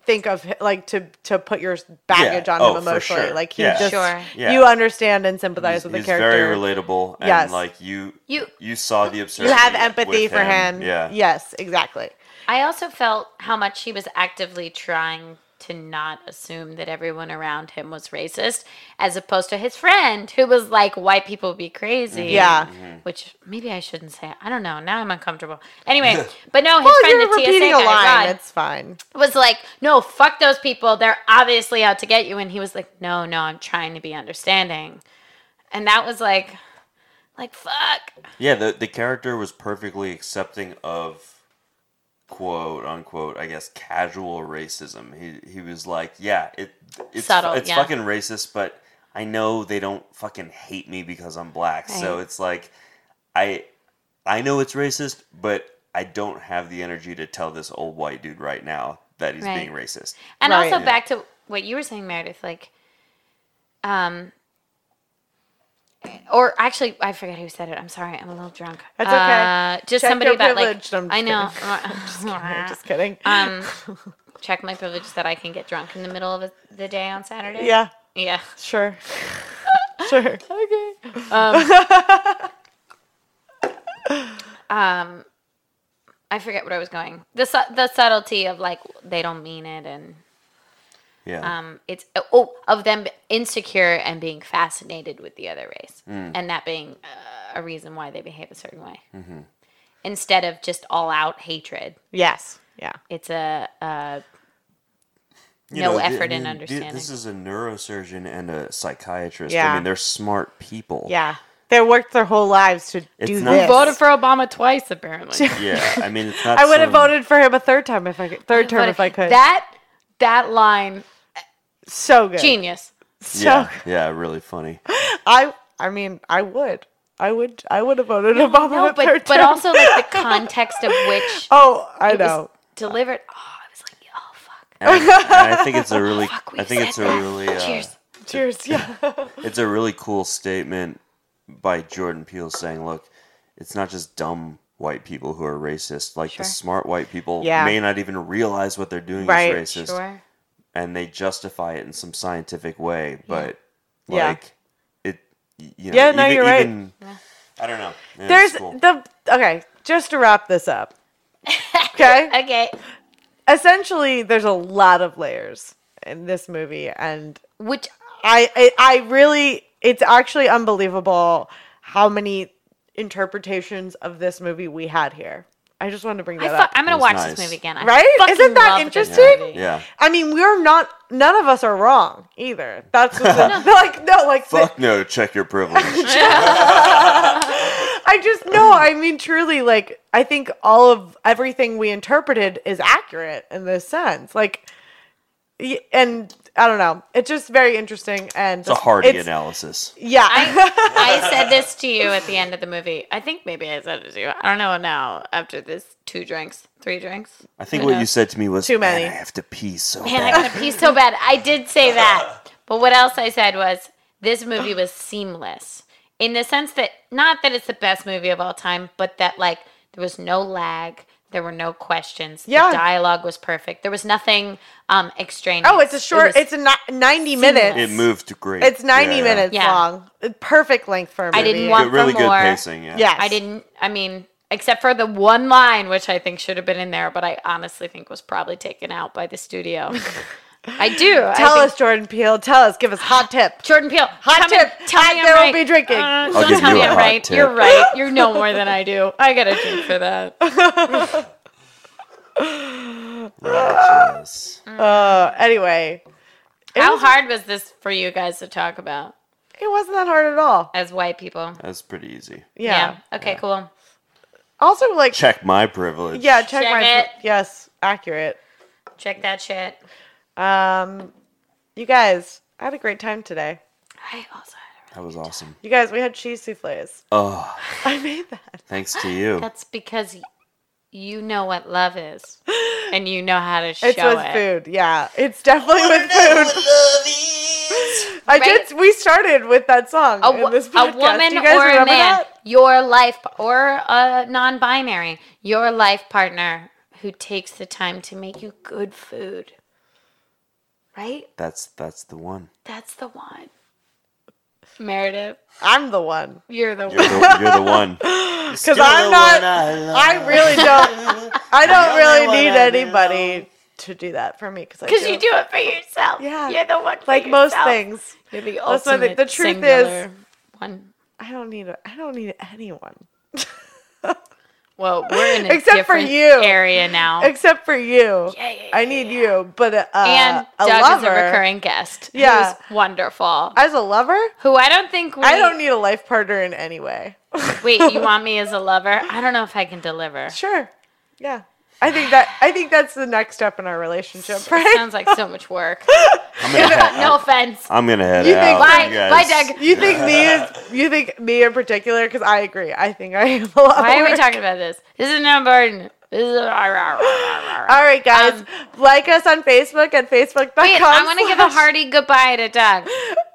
C: think of hi- like to to put your baggage on
D: Oh,
C: him
D: for
C: emotionally.
D: sure.
C: Like he
D: Yeah.
C: just
B: Sure.
D: Yeah.
C: you understand and sympathize
D: He's,
C: with the
D: he's
C: character.
D: very relatable and
C: Yes.
D: like you
B: You-
D: you saw the absurdity.
C: you have
D: with
C: empathy for him.
D: Yeah.
C: Yes, exactly.
B: I also felt how much he was actively trying to not assume that everyone around him was racist, as opposed to his friend who was like, white people be crazy.
C: Mm-hmm. Yeah.
B: Which maybe I shouldn't say. I don't know. Now I'm uncomfortable. Anyway, but no, his friend,
C: Oh, You're
B: the TSA
C: repeating a
B: guy,
C: line.
B: Rod,
C: It's fine.
B: was like, no, fuck those people. They're obviously out to get you. And he was like, no, no, I'm trying to be understanding. And that was like, like, fuck.
D: Yeah, the the character was perfectly accepting of quote unquote, I guess, casual racism. He he was like, yeah, it it's
B: Subtle,
D: it's
B: yeah.
D: fucking racist, but I know they don't fucking hate me because I'm black. So it's like I I know it's racist, but I don't have the energy to tell this old white dude right now that he's
B: Right.
D: being racist.
B: And
C: Right.
B: also back to what you were saying, Meredith, like, um, or actually, I forget who said it. I'm sorry, I'm a little drunk.
C: That's okay.
B: Uh, just
C: Check
B: somebody
C: your
B: about like
C: privilege. No, I'm just
B: I know.
C: kidding.
B: <laughs>
C: I'm just kidding.
B: um, check my privilege that I can get drunk in the middle of the day on Saturday.
C: yeah,
B: Yeah.
C: sure. <laughs> sure.
B: Um, I forget what I was going. The su- the subtlety of like they don't mean it, and
D: Yeah.
B: um, it's oh of them insecure and being fascinated with the other race,
D: Mm.
B: and that being uh, a reason why they behave a certain way,
D: Mm-hmm.
B: instead of just all out hatred.
C: Yes. Yeah.
B: It's a, a
D: you
B: no
D: know, th-
B: effort in
D: th-
B: understanding.
D: This is a neurosurgeon and a psychiatrist. I
C: Yeah.
D: mean, they're smart people.
C: Yeah. They worked their whole lives to
D: It's
C: do
D: not-
C: this.
D: Who voted
B: for Obama twice, apparently.
C: <laughs>
D: Yeah, I mean,
B: <laughs>
D: it's not
C: I would have
D: some-
C: voted for him a third time if I could. Third term if I could.
B: That that line
C: so good.
B: genius.
C: <laughs> So
D: Yeah, yeah, really funny.
C: I I mean I would I would I would have voted Obama
B: No,
C: a third
B: but
C: <laughs>
B: but
C: term.
B: also like the context of which
C: oh I
B: it was
C: know
B: delivered. Oh, I was like, oh fuck.
D: And I, and I think it's
C: <laughs>
D: a really,
B: Fuck, we
D: I think it's a
B: said that.
D: really, uh,
B: Cheers.
C: <laughs> cheers yeah
D: it's a really cool statement by Jordan Peele saying, "Look, it's not just dumb white people who are racist. Like the smart white people
C: Yeah.
D: may not even realize what they're doing
C: Right,
D: is racist,
B: Sure.
D: and they justify it in some scientific way. But
C: Yeah.
D: like, it, y- you know,
C: Yeah, no, you're right.
D: right. I don't know. Yeah, it's
C: there's
D: cool.
C: the okay just to wrap this <laughs> up okay
B: Okay.
C: essentially there's a lot of layers in this movie and
B: Which
C: I, I I really it's actually unbelievable how many interpretations of this movie we had here. I just wanted to bring
B: I
C: that
B: fu-
C: up.
B: I'm gonna
D: It was
B: watch
D: nice.
B: this movie again. I
C: Right?
B: fucking
C: Isn't that
B: love this
C: interesting? <laughs>
B: movie.
D: yeah.
C: I mean, we're not none of us are wrong either.
D: <laughs>
C: That's what's <laughs> like no like the-
D: Fuck no, check your privilege.
C: I just no, I mean truly like I think all of everything we interpreted is accurate in this sense. Like y- and I don't know. It's just very interesting and <laughs>
D: It's a hardy analysis.
C: Yeah. <laughs>
B: I said this to you at the end of the movie. I think maybe I said it to you. I don't know now. After this, two drinks, three drinks.
D: I think what you said to me was
C: Too
D: "Man,
C: many.
D: I have to pee so
B: Man,
D: bad.
B: I'm gonna pee so bad. I did say that. But what else I said was this movie was seamless in the sense that not that it's the best movie of all time, but that like there was no lag. There were no questions.
C: Yeah.
B: The dialogue was perfect. There was nothing um extraneous.
C: oh, it's a
B: It
C: short
B: was-
C: it's a ni- 90 minutes.
D: It moved to great.
C: It's 90
D: Yeah, yeah.
C: minutes
B: Yeah.
C: long. Perfect length for a movie.
B: I didn't
D: Good,
B: want
D: really
B: for
D: good
B: more.
D: pacing. Yeah.
C: Yes.
B: I didn't. I mean, except for the one line, which I think should have been in there, but I honestly think was probably taken out by the studio. I do.
C: <laughs>
B: I
C: Tell
B: think-
C: us, Jordan Peele. Tell us. Give us
B: <sighs>
C: hot tip.
B: Jordan Peele.
C: Hot
B: come and
C: tip.
B: Tell
C: Hot
B: me
C: they
B: I'm
C: will
B: right.
C: be drinking.
B: Uh,
D: I'll
B: don't
D: give
B: tell
D: you
B: me I'm
D: a hot
B: right.
D: tip.
B: You're right. You know more than I do. I got a drink
C: <laughs>
B: for that.
D: Righteous.
C: Uh, anyway,
B: How hard was this for you guys to talk about
C: it wasn't that hard at all.
B: as white people?
D: That's pretty easy.
C: Yeah.
B: Okay. Cool.
C: Also, like,
D: Check my privilege.
C: yeah, check,
B: Check
C: my.
B: it.
C: Yes, accurate.
B: Check that shit.
C: Um, you guys, I had a great time today.
B: I also had
D: That was awesome.
C: You guys, we had cheese souffles.
D: Oh,
C: I made that.
D: thanks to you.
B: That's because you know what
C: <laughs>
B: love is, and you know how to show
C: It's with
B: it.
C: food. Yeah, it's definitely with food. I did. We started with that song
B: A,
C: in
B: wo-
C: this
B: a
C: podcast.
B: woman
C: Do you guys
B: or a man,
C: remember that?
B: your life or a non-binary, your life partner who takes the time to make you good food. Right?
D: That's that's the one.
B: That's the one. Meredith,
C: I'm the one.
B: you're the
D: You're
B: one. <laughs>
D: the, you're
C: <laughs>
D: the one. Because
C: I'm not- I really don't. I don't really need anybody to do that for me because I
B: Because
C: do
B: you do it for yourself.
C: Yeah.
B: You're the one. For
C: like most
B: yourself.
C: things.
B: You're the
C: That's my
B: ultimate.
C: thing. The truth
B: singular one.
C: I don't need. a- I don't need anyone
B: Well, we're in
C: <laughs>
B: a
C: Except for
B: different
C: you.
B: area now.
C: except for you.
B: Yeah, yeah,
C: I need you, but uh,
B: and
C: a
B: Doug
C: lover.
B: is a recurring guest.
C: Yeah.
B: who's wonderful.
C: As a lover,
B: who I don't think we.
C: I don't need a life partner in any way.
B: Wait,
C: <laughs>
B: you want me as a lover? I don't know if I can deliver.
C: Sure. Yeah. I think that I think that's the next step in our relationship, right?
B: Sounds like so
C: <laughs>
B: much work.
D: I'm gonna, head,
B: no offense.
D: I'm gonna head
C: You think-
D: out.
B: Bye,
D: you guys.
B: bye, Doug.
C: you think me is you think me in particular? Because I agree. I think I am a lover.
B: Why are we talking about this? This is not burden. This is.
C: <laughs>
B: Wait,
C: All right, guys, like us on Facebook at facebook.com.
B: Um, I want to give a
C: slash-
B: hearty goodbye to Doug.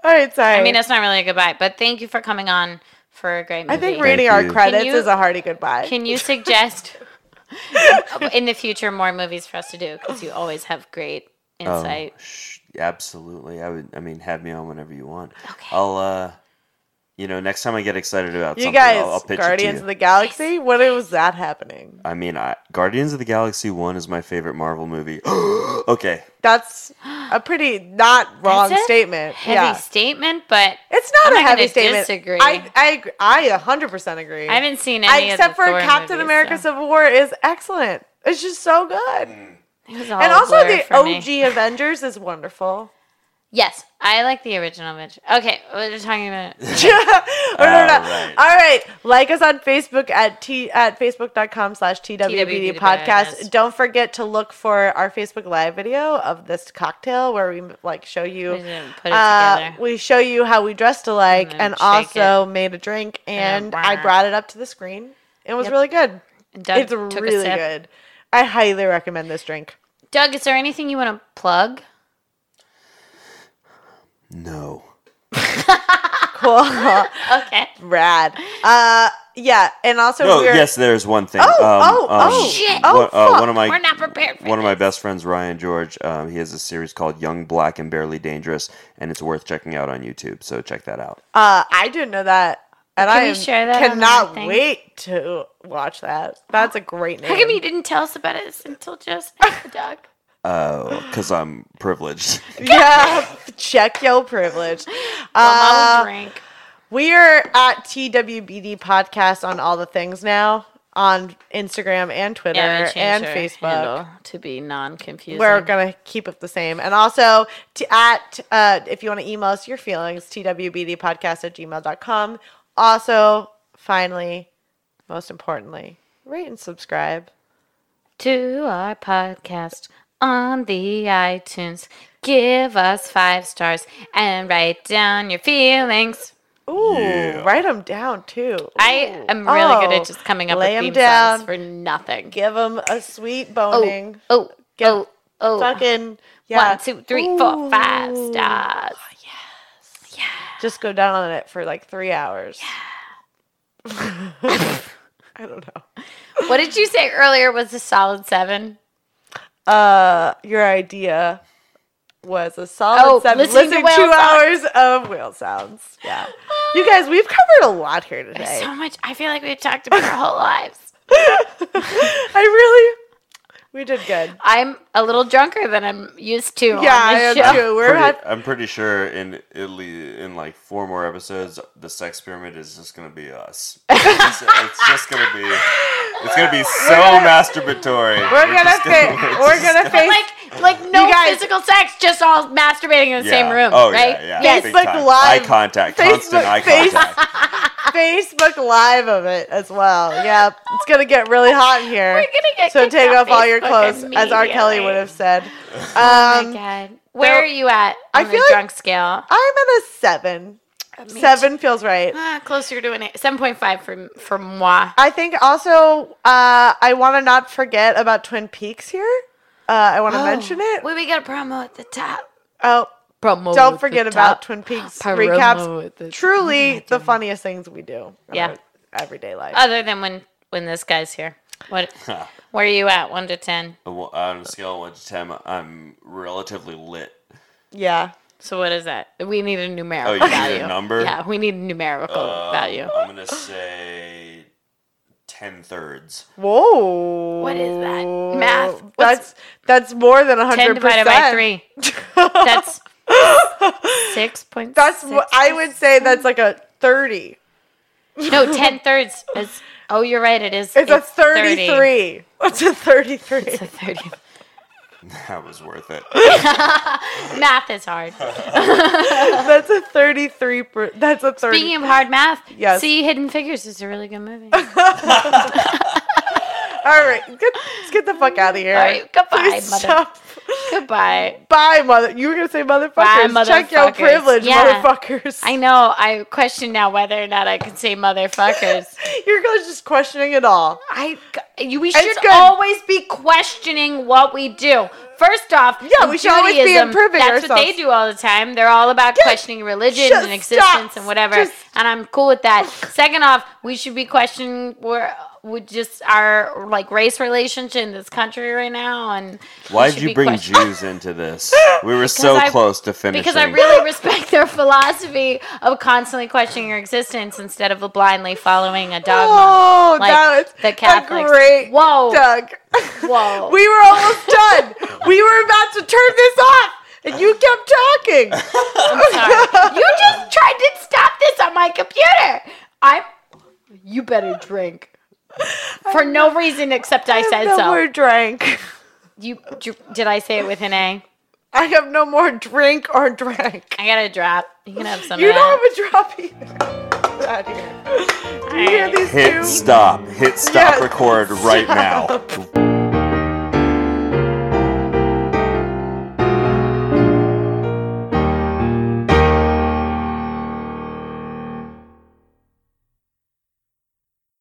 C: All right, sorry.
B: I mean, it's not really a goodbye, but thank you for coming on for a great movie.
C: I think reading our
D: you.
C: credits
B: Can you-
C: is a hearty goodbye. <laughs>
B: Can you suggest in the future more movies for us to do? Because you always have great
D: Oh,
B: insight.
D: sh- absolutely. I would. I mean, have me on whenever you want. I'll. uh You know, next time I get excited about
C: you
D: something,
C: guys,
D: I'll, I'll pitch
C: Guardians
D: it to
C: of
D: you.
C: the Galaxy, when was that happening?
D: I mean, I, Guardians of the Galaxy One is my favorite Marvel movie. <gasps> okay,
C: That's a pretty not wrong
B: That's a
C: statement.
B: Heavy
C: Yeah.
B: statement, but
C: it's not
B: I'm
C: a
B: not
C: heavy
B: gonna
C: statement.
B: disagree.
C: I I agree. I 100% agree.
B: I haven't seen
C: I-
B: any
C: except
B: of the
C: for
B: Thor
C: Captain
B: movies,
C: America
B: so
C: Civil War is excellent. It's just so good.
B: it was all
C: and also
B: blur
C: the
B: for me.
C: OG
B: <laughs>
C: Avengers is wonderful.
B: Yes, I like the original. Avengers. Okay, we're
C: <laughs>
B: talking about.
C: Oh, no, no.
D: All right.
C: All right. Like us on Facebook at t at facebook.com slash
B: TWBD
C: TWBD
B: podcast.
C: podcast. Don't forget to look for our Facebook live video of this cocktail where we like show you
B: We didn't put it
C: uh,
B: together.
C: we show you how we dressed alike
B: And then
C: and
B: shake it.
C: also made a drink and
B: Yeah.
C: I brought it up to the screen. It was really good.
B: Doug
C: it's
B: took a
C: really
B: sip.
C: good. I highly recommend this drink.
B: Doug, is there anything you want to plug?
D: no.
C: Cool.
B: Okay.
C: <laughs> Rad. Uh yeah, and also
D: No,
C: we're
D: yes, there's one thing. Um,
C: Oh, oh, oh,
B: Shit.
D: one-
C: oh,
D: uh,
C: fuck.
D: one of my
B: We're not prepared for
D: one of my best friends, Ryan George. Um, he has a series called Young Black and Barely Dangerous, and it's worth checking out on YouTube. So check that out.
C: Uh, I didn't know that, and
B: Can
C: I
B: we
C: am-
B: share that on our
C: cannot
B: thing?
C: wait to watch that. That's a great name.
B: How come you didn't tell us about this
C: <laughs>
B: until just now, Doug?
D: Oh, because I'm
C: <laughs>
D: privileged. <laughs>
C: yeah, check your privilege.
B: Mama
C: Uh,
B: drink.
C: we are at TWBD podcast on all the things now on Instagram and Twitter
B: Yeah, we changed
C: and
B: our
C: Facebook.
B: handle to be non-confusing.
C: We're gonna keep it the same, and also to at uh, if you want to email us your feelings, twbdpodcast at gmail.com. Also, finally, most importantly, rate and subscribe.
B: to our podcast on the iTunes. Give us five stars and write down your feelings.
C: Ooh, write them down too.
B: I am really good
C: Oh,
B: at just coming up
C: lay
B: with
C: 'em
B: theme
C: down.
B: songs for nothing.
C: Give them a sweet
B: Oh,
C: boning.
B: oh,
C: Give
B: oh, oh.
C: Fucking yeah.
B: One, two, three, four, five
C: Ooh.
B: stars.
C: Just go down on it for like three hours. <laughs> I don't know.
B: What did you say earlier was a solid seven?
C: Uh, your idea was a solid
B: Oh,
C: seven.
B: listen to whale
C: two
B: sounds.
C: hours of whale sounds. Yeah, you guys, we've covered a lot here today.
B: So much. I feel like we've talked about our whole lives.
C: I really, we did good.
B: I'm a little drunker than I'm used to. on
C: Yeah, I
B: this
C: am
B: show.
C: too. We're
D: Pretty-
C: at
D: I'm pretty sure in Italy, in like four more episodes, the sex pyramid is just gonna
C: <laughs>
D: be us. It's just, it's just gonna be. It's gonna be so masturbatory.
C: we're gonna
D: just
C: fa- we're gonna face
B: like like no
C: You guys-
B: physical sex, just all masturbating in the same
D: Yeah.
B: room,
D: Oh,
B: right?
D: Yeah, yeah.
C: Yes.
D: big
C: Facebook
D: time.
C: Live.
D: Eye contact. Constant
C: Facebook-
D: eye
C: face-
D: contact.
C: Facebook
D: <laughs>
C: Live of it as well. Yep, it's gonna get really hot in here.
B: gonna get
C: so
B: kicked
C: take
B: off
C: off all your
B: Facebook
C: clothes, as R. Kelly would have said.
B: Oh my
C: Um,
B: God. Where are you at on
C: I
B: the
C: feel like-
B: drunk scale?
C: I'm at a seven. Seven feels right.
J: Ah, closer to an eight. Seven point five for for moi.
C: I think also uh, I want to not forget about Twin Peaks here. Uh, I
B: Oh.
C: want to mention it.
J: Wait, we got a promo at the top.
C: Oh,
J: Promo.
C: don't forget about Twin Peaks
J: Promo
C: recaps.
J: at the-
C: Truly the funniest things we do. in
B: Yeah. Uh,
C: our Everyday life.
B: Other than when when this guy's here.
D: <laughs>
B: What? where are you at? One to ten.
D: A wa- On a scale of one to ten, I'm relatively lit.
C: yeah.
B: So what is that? We need a numerical
D: Oh, you need a
B: value.
D: number?
B: Yeah, we need a numerical
D: Um,
B: value.
D: I'm gonna say ten thirds. <laughs>
C: Whoa.
B: What is that? Math. What's-
C: that's that's more than hundred
B: Ten
C: percent.
B: divided
C: <laughs>
B: by three. That's six point.
C: That's what I would say. That's like a thirty. <laughs>
B: No, ten thirds is. Oh, you're right. It is.
C: It's, a thirty-three. It's a thirty-three.
B: 30. It's a 30.
D: That was worth it.
B: Math is hard.
C: that's a thirty-three. Per, that's a thirty.
B: Speaking of hard math,
C: Yes.
B: see Hidden Figures is a really
C: <laughs>
B: good movie.
C: All right, get, let's get the fuck out of here.
B: All right, goodbye,
C: Please
B: mother-
C: stop.
B: Goodbye.
C: Bye, mother. You were gonna say motherfuckers. Check your
B: motherfuckers.
C: privilege,
B: Yeah.
C: motherfuckers.
B: I know. I question now whether or not I can say motherfuckers.
C: <laughs> You're guys just questioning it all.
B: I you, we
C: It's
B: should
C: good.
B: always be questioning what we do. First off,
C: Yeah,
B: in
C: we should always be
B: Judaism,
C: improving
B: That's what they
C: ourselves.
B: do all the time. They're all about questioning religion
C: just
B: and existence
C: stop.
B: and whatever.
C: Just-
B: and I'm cool with
C: <sighs>
B: that. Second off, we should be questioning where with just our like race relation in this country right now and
D: Why'd
B: should
D: you
B: be
D: bring
B: question- <laughs>
D: Jews into this? We were so
B: I-
D: close to finishing.
B: because I really respect their philosophy of constantly questioning your existence instead of blindly following a dogma.
C: Oh,
B: Like,
C: that was
B: the Catholics.
C: A great
B: Whoa.
C: Doug. <laughs>
B: Whoa.
C: we were
B: <laughs>
C: almost done. we were about to turn this off, and you kept talking.
B: Sorry. you just tried to stop this on my computer. I'm. You better
C: <laughs>
B: drink. For no reason except I
C: I
B: <laughs> said
C: have no
B: so.
C: more drink.
B: You dr- did I say it with an A?
C: I have no more drink or drank.
B: I got a drop. You can have some.
C: You
B: of that.
C: don't have a drop either. <laughs> Get outta here. Do you hear these
B: <laughs>
D: hit
C: two?
D: stop. Hit stop.
C: Yes.
D: Record right now.